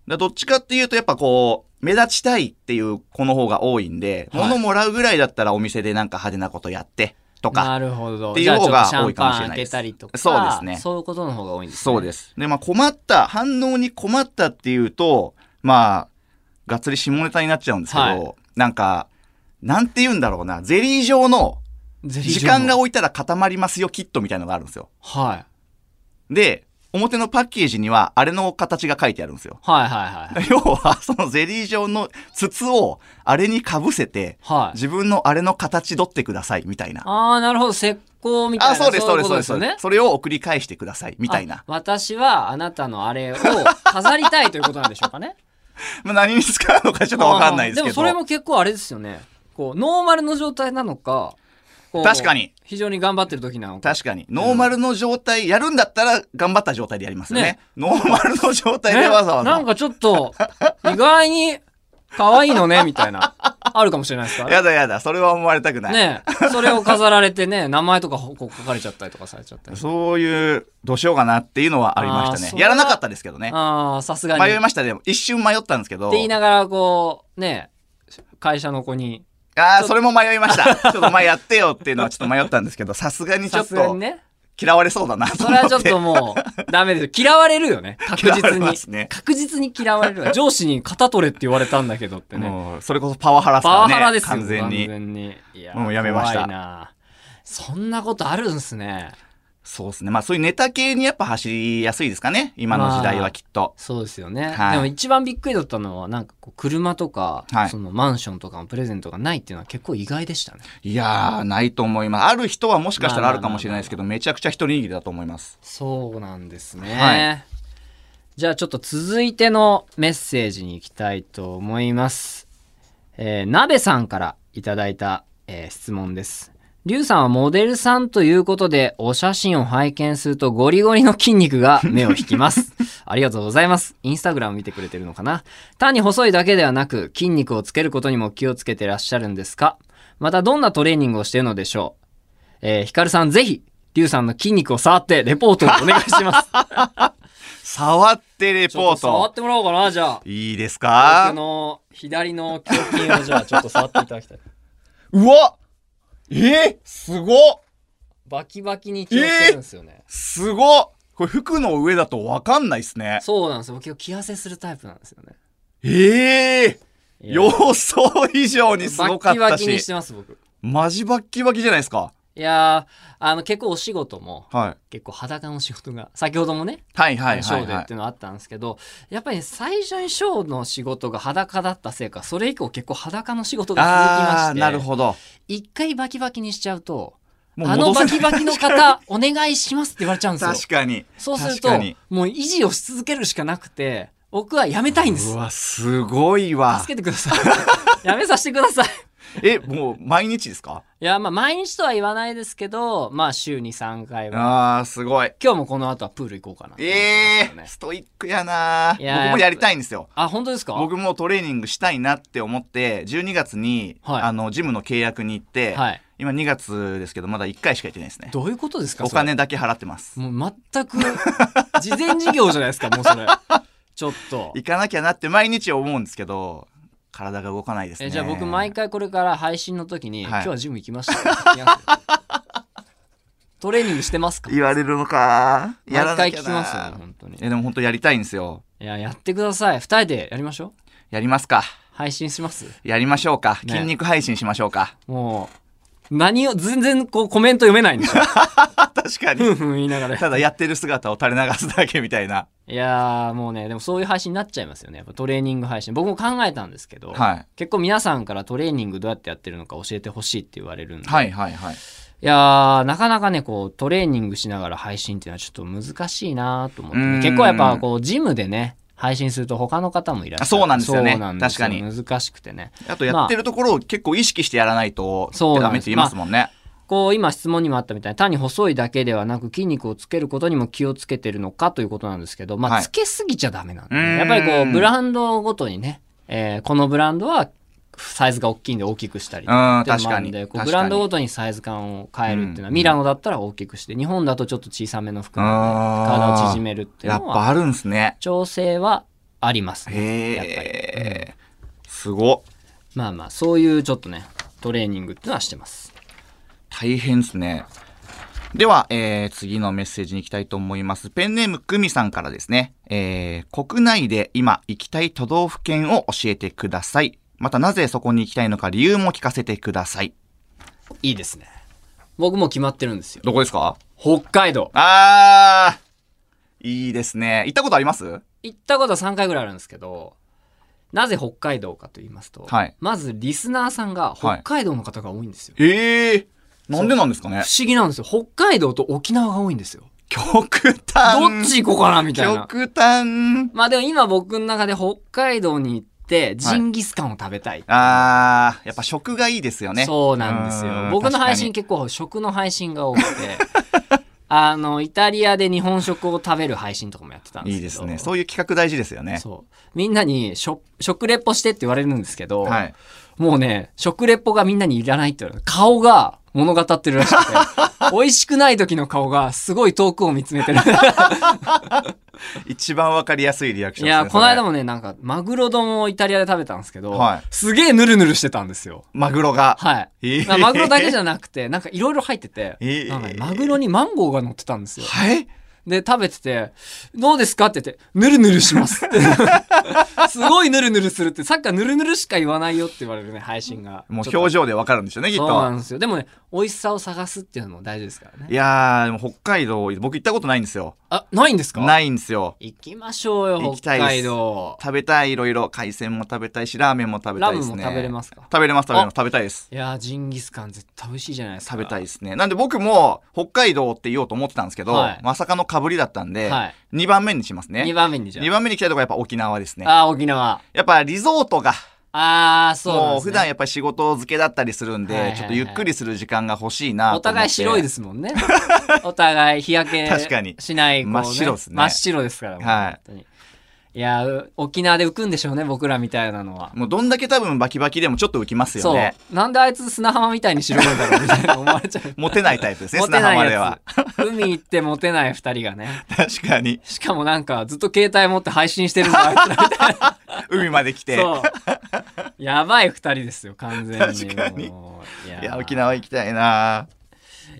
Speaker 2: だどっちかっていうとやっぱこう、目立ちたいっていう子の方が多いんで、
Speaker 1: はい
Speaker 2: 物もらうぐらいだったらお店でなんか派手なことやってとか。
Speaker 1: なるほど。
Speaker 2: って
Speaker 1: じ
Speaker 2: いう
Speaker 1: ゃあちょっ
Speaker 2: 方
Speaker 1: と
Speaker 2: が
Speaker 1: シャ
Speaker 2: 多
Speaker 1: ン
Speaker 2: いかも
Speaker 1: パ
Speaker 2: しれ
Speaker 1: ン
Speaker 2: な
Speaker 1: 開
Speaker 2: いで
Speaker 1: け
Speaker 2: す
Speaker 1: たりとか、
Speaker 2: そうですね
Speaker 1: そういうことの方が多いんです、ね。。
Speaker 2: そうですす。で、まあ困った、反応に困ったっていうと、まあ、がっつり下ネタになっちゃうんですけど、
Speaker 1: はい
Speaker 2: なんか、なんて言うんだろうな、ゼリー状の時間が
Speaker 1: 多い。
Speaker 2: 置いたら固まりますよキットみたいのがあるんですよ。
Speaker 1: はい。
Speaker 2: で、表のパッケージには、あれの形が書いてあるんですよ。
Speaker 1: はいはいはい。
Speaker 2: 要は、そのゼリー状の筒を、あれにかぶせて、
Speaker 1: はい。
Speaker 2: 自分のあれの形取ってください、みたいな。
Speaker 1: ああ、なるほど。石膏みたい
Speaker 2: あ、
Speaker 1: な。
Speaker 2: そうです、そうです、そう
Speaker 1: い
Speaker 2: で
Speaker 1: ことよ
Speaker 2: す
Speaker 1: ね。。
Speaker 2: それを送り返してください、み
Speaker 1: み
Speaker 2: たいな。
Speaker 1: 私はあなたのあれを飾りたいということなんでしょうかね。
Speaker 2: まあ、何に使うのか ちょっとわかんないですけ
Speaker 1: あーで
Speaker 2: ど。
Speaker 1: もそれも結構あれですよね。こう、ノーマルの状態なのか、こう
Speaker 2: 確かに。
Speaker 1: 非常に頑張ってる時なのか。
Speaker 2: 確かに。ノーマルの状態、やるんだったら、頑張った状態でやりますよね。ノーマルの状態でわざわ
Speaker 1: ねなんか
Speaker 2: ざ。
Speaker 1: ちょっと、意外に可愛いのね、みたい な。あるかもしれないですから。
Speaker 2: やだやだ、それは思われたくない。
Speaker 1: ねそれを飾られてね、名前とかこう書かれちゃったりとかされちゃったり。
Speaker 2: そういう、どうしようかなっていうのはありま
Speaker 1: あー
Speaker 2: した
Speaker 1: そ
Speaker 2: ね。
Speaker 1: れ
Speaker 2: や
Speaker 1: は
Speaker 2: らなかったですけどね。
Speaker 1: ああ、さすがに。
Speaker 2: 迷い
Speaker 1: って
Speaker 2: ましたね。一瞬迷ったんですけど。
Speaker 1: 言いながら、こう、ね会社の子に。
Speaker 2: ああ、それも迷いました。ちょっとお前やってよっていうのはちょっと迷ったんですけど、さすがにち
Speaker 1: さ
Speaker 2: ょっ
Speaker 1: すがに
Speaker 2: と
Speaker 1: ね。
Speaker 2: 嫌われそうだなと
Speaker 1: そ
Speaker 2: 思っ
Speaker 1: れは
Speaker 2: て。
Speaker 1: ちょっともう、ダメです。嫌われるよね。確
Speaker 2: 嫌われ
Speaker 1: 実
Speaker 2: ま
Speaker 1: に。
Speaker 2: すね
Speaker 1: 確実に嫌われるわ。上司に肩取れって言われたんだけどってね。
Speaker 2: もう、それこそパワハラですか
Speaker 1: パ
Speaker 2: ら
Speaker 1: ワ
Speaker 2: ね。
Speaker 1: ハラですよ
Speaker 2: 完全に。
Speaker 1: いや
Speaker 2: もうやめまし
Speaker 1: 怖
Speaker 2: た
Speaker 1: いなそんなことあるんすね。
Speaker 2: そうですね。まあそういうネタ系にやっぱ走りやすいですかね。今の時代はきっと。
Speaker 1: そうですよね、
Speaker 2: はい
Speaker 1: でも一番びっくりだったのはなんかこう車とか、
Speaker 2: はい
Speaker 1: そのマンションとかのプレゼントがないっていうのは結構意外でしたね
Speaker 2: いやー、ないと思います。ある人はもしかしたらあるかもしれないですけど、めちゃくちゃ一握りだと思います。
Speaker 1: そうなんですね、
Speaker 2: は
Speaker 1: じゃあちょっと続いてのメッセージに行きたいと思いますえー、鍋さんからいただいた、えー質問ですリュウさんはモデルさんということでお写真を拝見するとゴリゴリの筋肉 が目を引きますありがとうございますインスタグラム見てくれてるのかな単に細いだけではなく筋肉をつけることにも気をつけてらっしゃるんですかまたどんなトレーニングをしているのでしょうえー、ヒカルさんぜひ、リュウさんの筋肉を触ってレポートをお願いします。
Speaker 2: 触って レ
Speaker 1: ちょ
Speaker 2: ポ
Speaker 1: っと
Speaker 2: ー
Speaker 1: 触
Speaker 2: ト
Speaker 1: っ。てもらおうかな、じゃ
Speaker 2: いいです
Speaker 1: あ。僕
Speaker 2: か
Speaker 1: の左の胸筋をじゃあちょっと触っていただきたい。
Speaker 2: うわえー、すごっ
Speaker 1: バキバキに気をしてるんですよ ね。
Speaker 2: すごっこれ服の上だとわかんないですね。
Speaker 1: そうなんですよ。僕結構気痩せするタイプなんですよね。
Speaker 2: ええー
Speaker 1: いや
Speaker 2: 予想以上にすごか
Speaker 1: バ
Speaker 2: っ
Speaker 1: キバ
Speaker 2: た
Speaker 1: キにし
Speaker 2: し、
Speaker 1: てます、僕。
Speaker 2: マジバッキバキじゃないですか。
Speaker 1: いやーあの結構お仕事も
Speaker 2: はい。
Speaker 1: 結構裸の仕事が 先ほどもね、
Speaker 2: はいはい
Speaker 1: ショ
Speaker 2: はい、
Speaker 1: ーで
Speaker 2: は
Speaker 1: っていうのあったんですけどやっぱり、ね、最初にショーの仕事が裸だったせいかそれ以降結構裸の仕事が
Speaker 2: あ
Speaker 1: 続きまし
Speaker 2: あ、
Speaker 1: て
Speaker 2: なるほど。
Speaker 1: 一回バキバキにしちゃうと
Speaker 2: も
Speaker 1: あの
Speaker 2: 戻せ
Speaker 1: バ
Speaker 2: ない
Speaker 1: キバキの方 お願いしますって言われちゃうんですよ
Speaker 2: 確かに。
Speaker 1: そうすると
Speaker 2: 確かに
Speaker 1: もう維持をし続けるしかなくて僕はやめたいんです
Speaker 2: うわ、すごいわ
Speaker 1: 助。けてください やめさせてください
Speaker 2: え、もう毎日ですか
Speaker 1: いやまあ毎日とは言わないですけどまあ週に3回は
Speaker 2: ああ、すごい。
Speaker 1: 今日もこの後はプール行こうかな
Speaker 2: え
Speaker 1: そう
Speaker 2: え
Speaker 1: ですよね
Speaker 2: ー、ストイックやなー
Speaker 1: いやー
Speaker 2: 僕もやりたいんですよ。
Speaker 1: あ本当ですか
Speaker 2: 僕もトレーニングしたいなって思って、12月に、
Speaker 1: はい
Speaker 2: あの、ジムの契約に行って、
Speaker 1: はい
Speaker 2: 今2月ですけど、まだ1回しか行ってないですね。
Speaker 1: どういうことですか
Speaker 2: お金だけ払ってます
Speaker 1: そ。れもう全く事前事業じゃないですかもうそ れちょっと
Speaker 2: 行かなきゃなって毎日思うんですけど、体が動かないですね。
Speaker 1: えじゃあ僕毎回これから配信の時に「
Speaker 2: はい
Speaker 1: 今日はジム行きま したって聞きます」トレーニングしてますか
Speaker 2: 言われるのかーや
Speaker 1: 毎
Speaker 2: らな
Speaker 1: 回
Speaker 2: きゃ
Speaker 1: 聞
Speaker 2: な
Speaker 1: きますよね本当に
Speaker 2: えでも本当やりたいんですよ
Speaker 1: いややってください二人でやりましょう
Speaker 2: やりますか
Speaker 1: 配信します
Speaker 2: やりましょうか、
Speaker 1: ね
Speaker 2: 筋肉配信しましょう か
Speaker 1: もう何を全然こうコメント読めないんで しょ
Speaker 2: 確
Speaker 1: ふ
Speaker 2: かに
Speaker 1: んふん言いながら
Speaker 2: ただやってる姿を垂れ流すだけみたいない
Speaker 1: やーもうねでもそういう配信になっちゃいますよねやっぱトレーニング配信僕も考えたんですけど、
Speaker 2: はい
Speaker 1: 結構皆さんからトレーニングどうやってやってるのか教えてほしいって言われるんで、
Speaker 2: はいはいはい
Speaker 1: いやーなかなかねこうトレーニングしながら配信っていうのはちょっと難しいなと思ってね、
Speaker 2: うん
Speaker 1: 結構やっぱこうジムでね配信すると他の方もいらっしゃる
Speaker 2: あそうなんですよね
Speaker 1: そうなんですよ
Speaker 2: 確か
Speaker 1: 難しくてね
Speaker 2: あとやってるところを結構意識してやらないと
Speaker 1: そうな
Speaker 2: ダ
Speaker 1: ん
Speaker 2: メ
Speaker 1: で
Speaker 2: って
Speaker 1: す
Speaker 2: 言いますもんね、
Speaker 1: こう今質問にもあったみたいに単に細いだけではなく筋肉をつけることにも気をつけてるのかということなんですけど、ま
Speaker 2: は
Speaker 1: あ、
Speaker 2: い
Speaker 1: つけすぎちゃダメなんで、
Speaker 2: うーん
Speaker 1: やっぱりこうブランドごとにね、えーこのブランドはサイズが大きいんで大きくしたり
Speaker 2: うん
Speaker 1: っていうのもあるん
Speaker 2: 確かに
Speaker 1: でこ
Speaker 2: 確か
Speaker 1: う
Speaker 2: に
Speaker 1: ブランドごとにサイズ感を変えるっていうの
Speaker 2: う
Speaker 1: は
Speaker 2: ん
Speaker 1: ミラノだったら大きくして日本だとちょっと小さめの服
Speaker 2: あ
Speaker 1: な
Speaker 2: ー
Speaker 1: んで体を縮めるっていう
Speaker 2: やっ
Speaker 1: の
Speaker 2: ぱ
Speaker 1: は
Speaker 2: あるんすね
Speaker 1: 調整はありますねやっぱり
Speaker 2: へえ、すごっ
Speaker 1: まあまあそういうちょっとねトレーニングっていうのはしてます
Speaker 2: 大変ですね。では、えー次のメッセージに行きたいと思います。ペンネームくみさんからですね。えー国内で今行きたい都道府県を教えてください。またなぜそこに行きたいのか理由も聞かせてください。
Speaker 1: いいですね僕もう決まってるんですよ
Speaker 2: どこですか
Speaker 1: 北海道
Speaker 2: あー、いいですね。行ったことあります
Speaker 1: 行ったことは3回ぐらいあるんですけどなぜ北海道かと言いますと、
Speaker 2: はい
Speaker 1: まずリスナーさんが北海道の方が多いんですよ、
Speaker 2: えー、なんでなんですかね
Speaker 1: 不思議なんですよ北海道と沖縄が多いんですよ
Speaker 2: 極端。
Speaker 1: どっち行こうかなみたいな
Speaker 2: 極端。
Speaker 1: まあでも今僕の中で北海道に行ってジンギスカンを食べたい、
Speaker 2: あー、やっぱ食がいいですよね。
Speaker 1: そうなんですよ
Speaker 2: うん
Speaker 1: 僕の配
Speaker 2: 確か
Speaker 1: 信
Speaker 2: に
Speaker 1: 結構食の配信が多くて あのイタリアで日本食を食べる配信とかもやってたんです
Speaker 2: い
Speaker 1: け
Speaker 2: い
Speaker 1: ど
Speaker 2: ですね。そういう企画大事ですよね。
Speaker 1: そうみんなに食食レポしてって言われるんですけど、
Speaker 2: はい。
Speaker 1: もうね、食レポがみんなにいらないって言われる。顔が物語ってるら しくて、美味しくない時の顔がすごい遠くを見つめ てる。
Speaker 2: 一番わかりやすいリアクショ
Speaker 1: い
Speaker 2: ンですね。
Speaker 1: や、この間
Speaker 2: も。
Speaker 1: もね、なんか、マグロ丼をイタリアで食べたんですけど、
Speaker 2: はい
Speaker 1: すげえヌルヌルしてたんですよ。
Speaker 2: マグロが。
Speaker 1: はい。
Speaker 2: えー
Speaker 1: まあマグロだけじゃなくて、なんかいろいろ入ってて、
Speaker 2: えー
Speaker 1: なんかねマグロにマンゴーが乗ってたんですよ。
Speaker 2: はい
Speaker 1: で、食べてて、どうですかって言って、ヌルヌルします って。すごいヌルヌルするって、さっきからヌルヌルしか言わないよって言われるね、配信が。
Speaker 2: もう
Speaker 1: ちょっと
Speaker 2: 表情でわかるんですよね、きっ
Speaker 1: そうな
Speaker 2: と。
Speaker 1: んですよ。でもね、美味しさを探すっていうのも大事ですから
Speaker 2: い
Speaker 1: ね。
Speaker 2: やー、でも北海道、僕行ったことないんですよ。
Speaker 1: あ、ないんですか
Speaker 2: ないんですよ。
Speaker 1: 行きましょう
Speaker 2: 行
Speaker 1: よ、
Speaker 2: きた
Speaker 1: 北海
Speaker 2: いです
Speaker 1: 道。
Speaker 2: 食べたい、いろいろ。海鮮も食べたいし、ラーメンも食べたいです
Speaker 1: ラム
Speaker 2: ね。
Speaker 1: も食べれますか
Speaker 2: 食べれます、食べれます。食べたいです。
Speaker 1: いやー、ジンギスカン絶対美味しいじゃないですか。
Speaker 2: 食べたい
Speaker 1: い。
Speaker 2: ですね。なんで僕も、北海道って言おうと思ってたんですけど、
Speaker 1: はい
Speaker 2: まさかの被りだったんで、
Speaker 1: はい
Speaker 2: 2番目にしますね。
Speaker 1: 2番目にじゃ
Speaker 2: 2番目に行きたいとこはやっぱ沖縄ですね。
Speaker 1: あ。あー、沖縄。
Speaker 2: やっぱリゾートが、
Speaker 1: あー、そうなん
Speaker 2: も
Speaker 1: で
Speaker 2: う
Speaker 1: す、ね。
Speaker 2: 普段やっぱり仕事漬けだったりするん
Speaker 1: はいはい
Speaker 2: で
Speaker 1: は、い
Speaker 2: ちょっとゆっくりする時間が欲しいなと思。
Speaker 1: お互い白いですすもんね。 お互い日焼け
Speaker 2: 確かに
Speaker 1: しない、こうね
Speaker 2: 真っ白ですね
Speaker 1: 真っ白ですから、もう
Speaker 2: はい
Speaker 1: 本当に。いやー、う沖縄で浮くんでしょうね、僕らみたいなのは。
Speaker 2: もうどんだけ多分バキバキでもちょっと浮きますよ
Speaker 1: そ
Speaker 2: ね。。
Speaker 1: う。なんであいつ砂浜みたいに白いんだろうみたいな思われちゃう
Speaker 2: モテないタイプ ですね、
Speaker 1: モ
Speaker 2: 砂
Speaker 1: テな
Speaker 2: 浜
Speaker 1: い
Speaker 2: で
Speaker 1: や
Speaker 2: は。
Speaker 1: つ。 海行ってモテない二人がね。
Speaker 2: 確かに。
Speaker 1: しかもなんかずっと携帯持って配信してるのあいつらみたいな
Speaker 2: 海 まで来て。
Speaker 1: そうやばい二人ですよ完全に
Speaker 2: 確かに
Speaker 1: もうい
Speaker 2: いや、沖縄行きたいな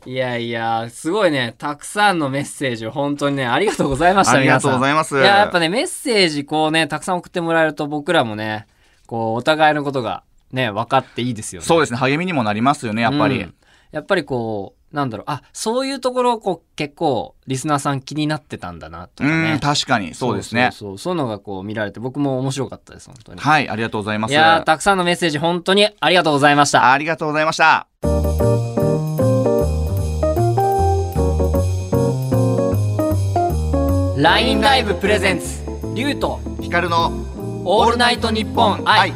Speaker 2: い
Speaker 1: やいやすごいねたくさんのメッセージを本当にねありがとうございました
Speaker 2: ありがとうござ
Speaker 1: い
Speaker 2: います。
Speaker 1: ややっぱねメッセージこうねたくさん送ってもらえると僕らもねこうお互いのことがね分かっていいですよね
Speaker 2: そうですね、励みにもなりますよね、やっぱり。
Speaker 1: うんやっぱりこうなんだろう、あ、そういうところ、こう、結構、リスナーさん気になってたんだな、とか
Speaker 2: う
Speaker 1: ね
Speaker 2: ん、。確かに、そうです
Speaker 1: そう
Speaker 2: ね。
Speaker 1: そうそう、そういうのがこう見られて、僕も面白かったです、本当に。
Speaker 2: はい、ありがとうございます。
Speaker 1: いやーたくさんのメッセージ、本当にありがとうございました。
Speaker 2: ありがとうございました。
Speaker 1: LINE ライブプレゼンツ、竜と、
Speaker 2: ヒカルの
Speaker 1: オールナイトニッポン愛。
Speaker 2: 愛。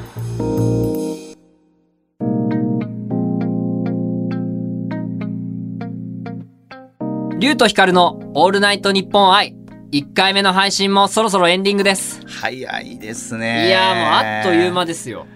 Speaker 1: 竜と光のオールナイトニッポン愛。1回目の配信もそろそろエンディングです。
Speaker 2: 早いです
Speaker 1: い
Speaker 2: ね。
Speaker 1: やーもうあっという間ですよ。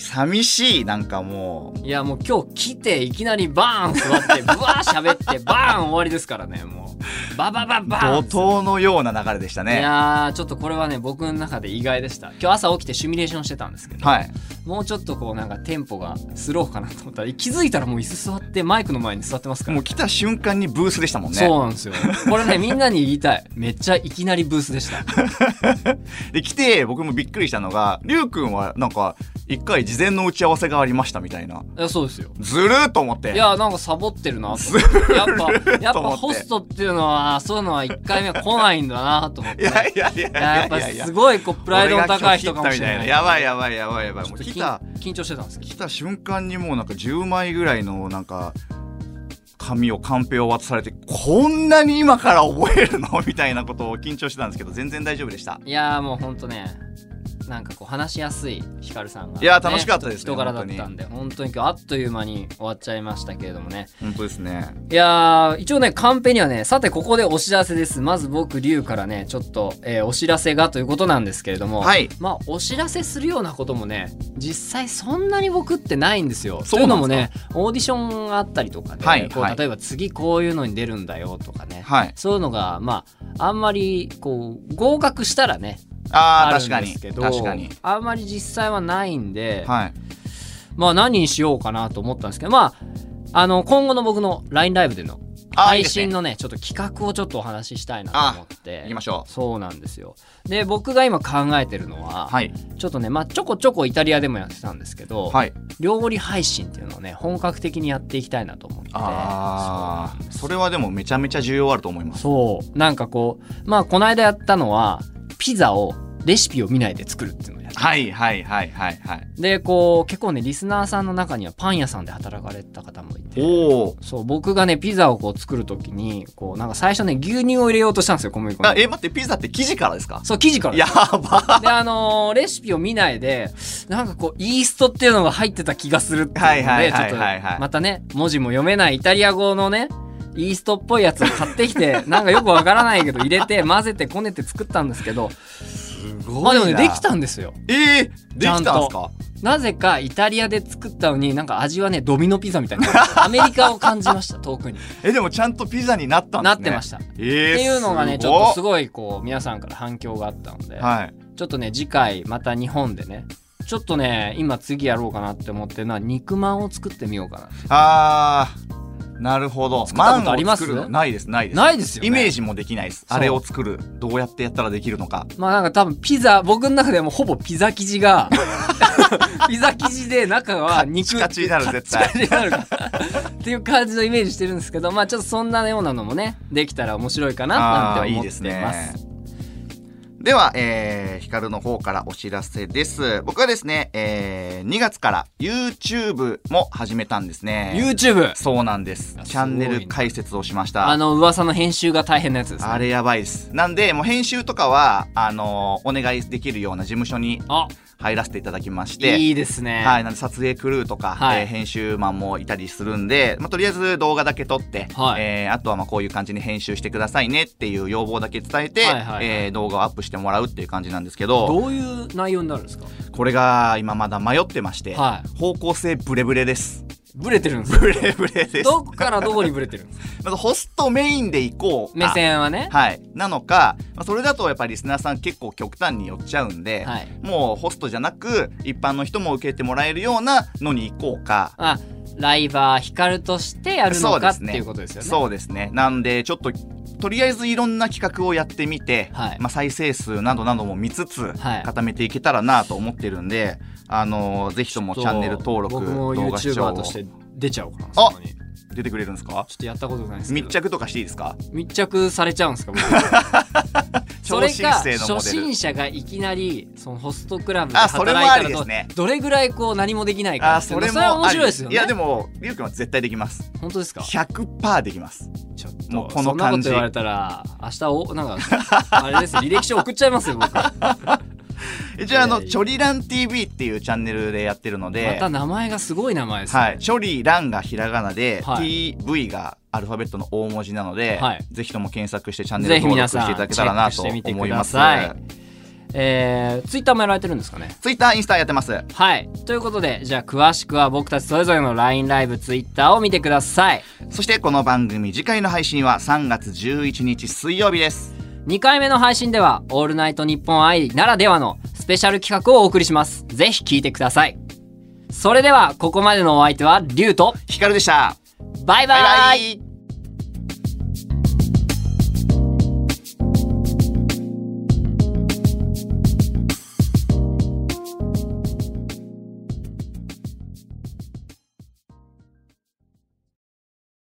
Speaker 2: 寂しい、なんかもう。
Speaker 1: いやもう今日来ていきなりバーン座 ってブワー喋ってバーン終わりですからねもうババババーン
Speaker 2: 怒涛のような流れでした
Speaker 1: い
Speaker 2: ね。
Speaker 1: やーちょっとこれはね僕の中で意外でした今日朝起きてシミュレーションしてたんですけど
Speaker 2: はい。
Speaker 1: もうちょっとこうなんかテンポがスローかなと思ったら気づいたらもう椅子座ってマイクの前に座ってますから
Speaker 2: もう来た瞬間にブースでしたもんね。
Speaker 1: そうなんですよこれねみんなに言いたいめっちゃいきなりブースでした
Speaker 2: で、来て、僕もびっくりしたのが、りゅうくんはなんか、一回事前の打ち合わせがありましたみたいな。
Speaker 1: いやそうですよ
Speaker 2: ずるーと思って。
Speaker 1: いやなんかサボってるなと思ってやっぱやっぱ
Speaker 2: と思って
Speaker 1: ホストっていうのはそういうのは1回目は来ないんだなと思っ
Speaker 2: い
Speaker 1: て
Speaker 2: やいやいやい
Speaker 1: いや やっ
Speaker 2: やいや
Speaker 1: ぱ
Speaker 2: いや
Speaker 1: すごいこうプライドの高い人かもしれない。
Speaker 2: 俺が今日切ったみたやばいやばいやばいやばい。
Speaker 1: ち
Speaker 2: も
Speaker 1: ょっ
Speaker 2: う
Speaker 1: と緊
Speaker 2: 来た、
Speaker 1: 緊張してたんですけど。
Speaker 2: 来た瞬間にもうなんか10枚ぐらいのなんか、紙をカンペを渡されて、こんなに今から覚えるのみたいなことを緊張してたんですけど、全然大丈夫でした。
Speaker 1: いやーもうほんとね、なんかこう話しやすいヒカルさんが、
Speaker 2: いやー楽しかったですね
Speaker 1: 人柄だったんで、本当に今日あっという間に終わっちゃいましたけれどもね。
Speaker 2: 本当ですね。
Speaker 1: いやー一応ね、カンペにはね、さてここでお知らせです。まず僕、リュウからね、ちょっと、えーお知らせがということなんですけれども、
Speaker 2: はい。
Speaker 1: まあ、お知らせするようなこともね実際そんなに僕ってないんですよ。
Speaker 2: そう
Speaker 1: とい
Speaker 2: な
Speaker 1: うんの
Speaker 2: ですか
Speaker 1: もねオーディションがあったりとかで、
Speaker 2: はい
Speaker 1: こ
Speaker 2: はいう
Speaker 1: 例えば次こういうのに出るんだよとかね、
Speaker 2: はい。
Speaker 1: そういうのがまああんまりこう合格したらね
Speaker 2: あ
Speaker 1: る
Speaker 2: あ、確
Speaker 1: ん
Speaker 2: か
Speaker 1: で
Speaker 2: に。
Speaker 1: すけど
Speaker 2: 確かに。
Speaker 1: あんまり実際はないんで、
Speaker 2: はい。
Speaker 1: まあ何にしようかなと思ったんですけどまああの今後の僕の LINE ライブでの
Speaker 2: あーいい
Speaker 1: 配
Speaker 2: です
Speaker 1: 信
Speaker 2: ね。
Speaker 1: のねちょっと企画をちょっとお話ししたいなと思って
Speaker 2: 行きましょ
Speaker 1: そうなんですよで僕が今考えてるのは、
Speaker 2: う。はい。
Speaker 1: ちょっとね、まあ、ちょこちょこイタリアでもやってたんですけど、
Speaker 2: はい。
Speaker 1: 料理配信っていうのをね本格的にやっていきたいなと思って
Speaker 2: ああ、それはでもめちゃめちゃ重要あると思います。
Speaker 1: そうなんかこうまあこの間やったのはピザをレシピを見ないで作るっていうのをやって
Speaker 2: はいはいはいはいはい。
Speaker 1: でこう結構ねリスナーさんの中にはパン屋さんで働かれてた方もいて
Speaker 2: おお。
Speaker 1: そう僕がねピザをこう作る時にこうなんか最初ね牛乳を入れようとしたんですよ小麦粉
Speaker 2: あ
Speaker 1: に
Speaker 2: え、待って、ピザって生地からですか
Speaker 1: そう生地から
Speaker 2: や ば。
Speaker 1: であのーレシピを見ないでなんかこうイーストっていうのが入ってた気がするっていうので、
Speaker 2: はいはいはいはいはい
Speaker 1: ちょっとまたね文字も読めないイタリア語のねイーストっぽいやつを買ってき てなんかよくわからないけど入れて混ぜてこねて作ったんですけど
Speaker 2: すごいな。
Speaker 1: まあでもねでき。たんですよ
Speaker 2: えー、できたん
Speaker 1: ちゃ
Speaker 2: です
Speaker 1: んと
Speaker 2: か
Speaker 1: なぜかイタリアで作ったのになんか味はねドミノピザみたいなアメリカを感じました遠 くに、
Speaker 2: え、でもちゃんとピザになったんです
Speaker 1: な
Speaker 2: ね。。
Speaker 1: ってましたたっ
Speaker 2: え
Speaker 1: て
Speaker 2: ー、
Speaker 1: いうのがねち
Speaker 2: す
Speaker 1: ょっ
Speaker 2: ご
Speaker 1: とすごいこう皆さんから反響があったので、
Speaker 2: はい。
Speaker 1: ちょっとね次回また日本でねちょっとね今次やろうかなって思ってるのは肉まんを作ってみようかな
Speaker 2: あー、なるほど。
Speaker 1: 作ったことあります
Speaker 2: マンを作るのないです、ないです。
Speaker 1: ないですよ、ね、
Speaker 2: イメー
Speaker 1: ジ
Speaker 2: ジもできないです。
Speaker 1: そう
Speaker 2: あれを作る。どうやってやったらできるのか。
Speaker 1: まあなんか多分ピザ僕の中ではもうほぼピザ生地 がピザ生地で中は肉
Speaker 2: カチカチになる絶対
Speaker 1: カチカチになるからっていう感じのイメージしてるんですけどまあちょっとそんなようなのもねできたら面白いかななんて思ってます
Speaker 2: あーいいですねでは、えー、ヒカルの方からお知らせです。僕はですね、えー、2月から YouTube も始めたんですね。
Speaker 1: YouTube
Speaker 2: そうなんです
Speaker 1: あ。
Speaker 2: チャンネ
Speaker 1: すごい
Speaker 2: ル
Speaker 1: な
Speaker 2: 解説をしました。
Speaker 1: あ
Speaker 2: あ
Speaker 1: の噂の編集が大変なやつです、ね、
Speaker 2: れやばいです。なんで、もう編集とかは、あのーお願いできるような事務所に
Speaker 1: あ
Speaker 2: 入らせていただきまして、
Speaker 1: いいですね
Speaker 2: はい、なんで撮影クルーとか、
Speaker 1: はい
Speaker 2: えー編集マンもいたりするんで、まあ、とりあえず動画だけ撮って、
Speaker 1: はい
Speaker 2: えーあとはまあこういう感じに編集してくださいねっていう要望だけ伝えて、
Speaker 1: はいはいはい
Speaker 2: えー動画をアップしてもらうっていう感じなんですけど
Speaker 1: どういう内容になるんですか
Speaker 2: これが今まだ迷ってまして、
Speaker 1: はい
Speaker 2: 方向性ブレブレです。
Speaker 1: ブレてるんですよ
Speaker 2: ブレブレです。
Speaker 1: どこからどこにブレてるん ですか
Speaker 2: まずホストメインで行こうか
Speaker 1: 目線はね。
Speaker 2: はい、なのか、まあ、それだとやっぱりリスナーさん結構極端に寄っちゃうんで、
Speaker 1: はい。
Speaker 2: もうホストじゃなく一般の人も受けてもらえるようなのに行こうか、
Speaker 1: あ、ライバー光としてやるのかっていうことですよね。
Speaker 2: そうですね。なんで、ちょっと、とりあえずいろんな企画をやってみて、
Speaker 1: はい
Speaker 2: まあ、再生数などなども見つつ、
Speaker 1: はい
Speaker 2: 固めていけたらなと思ってるんで、あのーぜひともチャンネル登録、
Speaker 1: 僕も
Speaker 2: 動画視聴
Speaker 1: YouTuber
Speaker 2: を
Speaker 1: として出ちゃおうかな。
Speaker 2: あ
Speaker 1: そこに
Speaker 2: 出てくれるんですか
Speaker 1: ちょっとやったことないですけど
Speaker 2: 密着とかしていいですか
Speaker 1: 密着されちゃうんですか 僕そ
Speaker 2: 超
Speaker 1: れ
Speaker 2: 新
Speaker 1: か
Speaker 2: 星のモ
Speaker 1: 初
Speaker 2: デル
Speaker 1: 心者がいきなりそのホストクラブで
Speaker 2: あ
Speaker 1: 働
Speaker 2: そ
Speaker 1: いた
Speaker 2: れも
Speaker 1: ら
Speaker 2: あ
Speaker 1: と
Speaker 2: りですね
Speaker 1: どれぐらいこう何もできないか
Speaker 2: あ
Speaker 1: ってい
Speaker 2: そう
Speaker 1: の
Speaker 2: れも
Speaker 1: それは面
Speaker 2: あり
Speaker 1: 白いですよね
Speaker 2: いやでもりゅうくんは絶対できます
Speaker 1: 本当ですか
Speaker 2: 100%できます
Speaker 1: ちょっと
Speaker 2: もうこ
Speaker 1: そ
Speaker 2: の感じ
Speaker 1: んなこと言われたら明日おなんかあれです履歴書送っちゃいますよ僕ま
Speaker 2: えじゃああ
Speaker 1: いや
Speaker 2: の
Speaker 1: いや
Speaker 2: チョリラン TV っていうチャンネルでやってるの で
Speaker 1: た名前がすごい名前ですね
Speaker 2: はい、チョリランがひらがなで、
Speaker 1: はい
Speaker 2: TV がアルファベットの大文字なので、
Speaker 1: はい
Speaker 2: ぜひとも検索してチャンネル
Speaker 1: ぜひ
Speaker 2: 登
Speaker 1: 皆
Speaker 2: 録し
Speaker 1: さ
Speaker 2: て
Speaker 1: ん
Speaker 2: いただけ
Speaker 1: チ
Speaker 2: た
Speaker 1: ェ
Speaker 2: ら
Speaker 1: ッ
Speaker 2: な
Speaker 1: クし
Speaker 2: と
Speaker 1: てみて
Speaker 2: 思
Speaker 1: く
Speaker 2: い
Speaker 1: だ
Speaker 2: ます。
Speaker 1: さいえー、ツイッターもやられてるんですかね
Speaker 2: Twitter、インスタやってます。
Speaker 1: はいということでじゃあ詳しくは僕たちそれぞれの LINE ライブツイッターを見てください
Speaker 2: そしてこの番組次回の配信は3月11日水曜日です。
Speaker 1: 2回目の配信では「オールナイトニッポン愛」ならではのスペシャル企画をお送りしますぜひ聞いてくださいそれではここまでのお相手はリュウと
Speaker 2: ヒカルでした。
Speaker 1: バイバイ
Speaker 2: バイバイ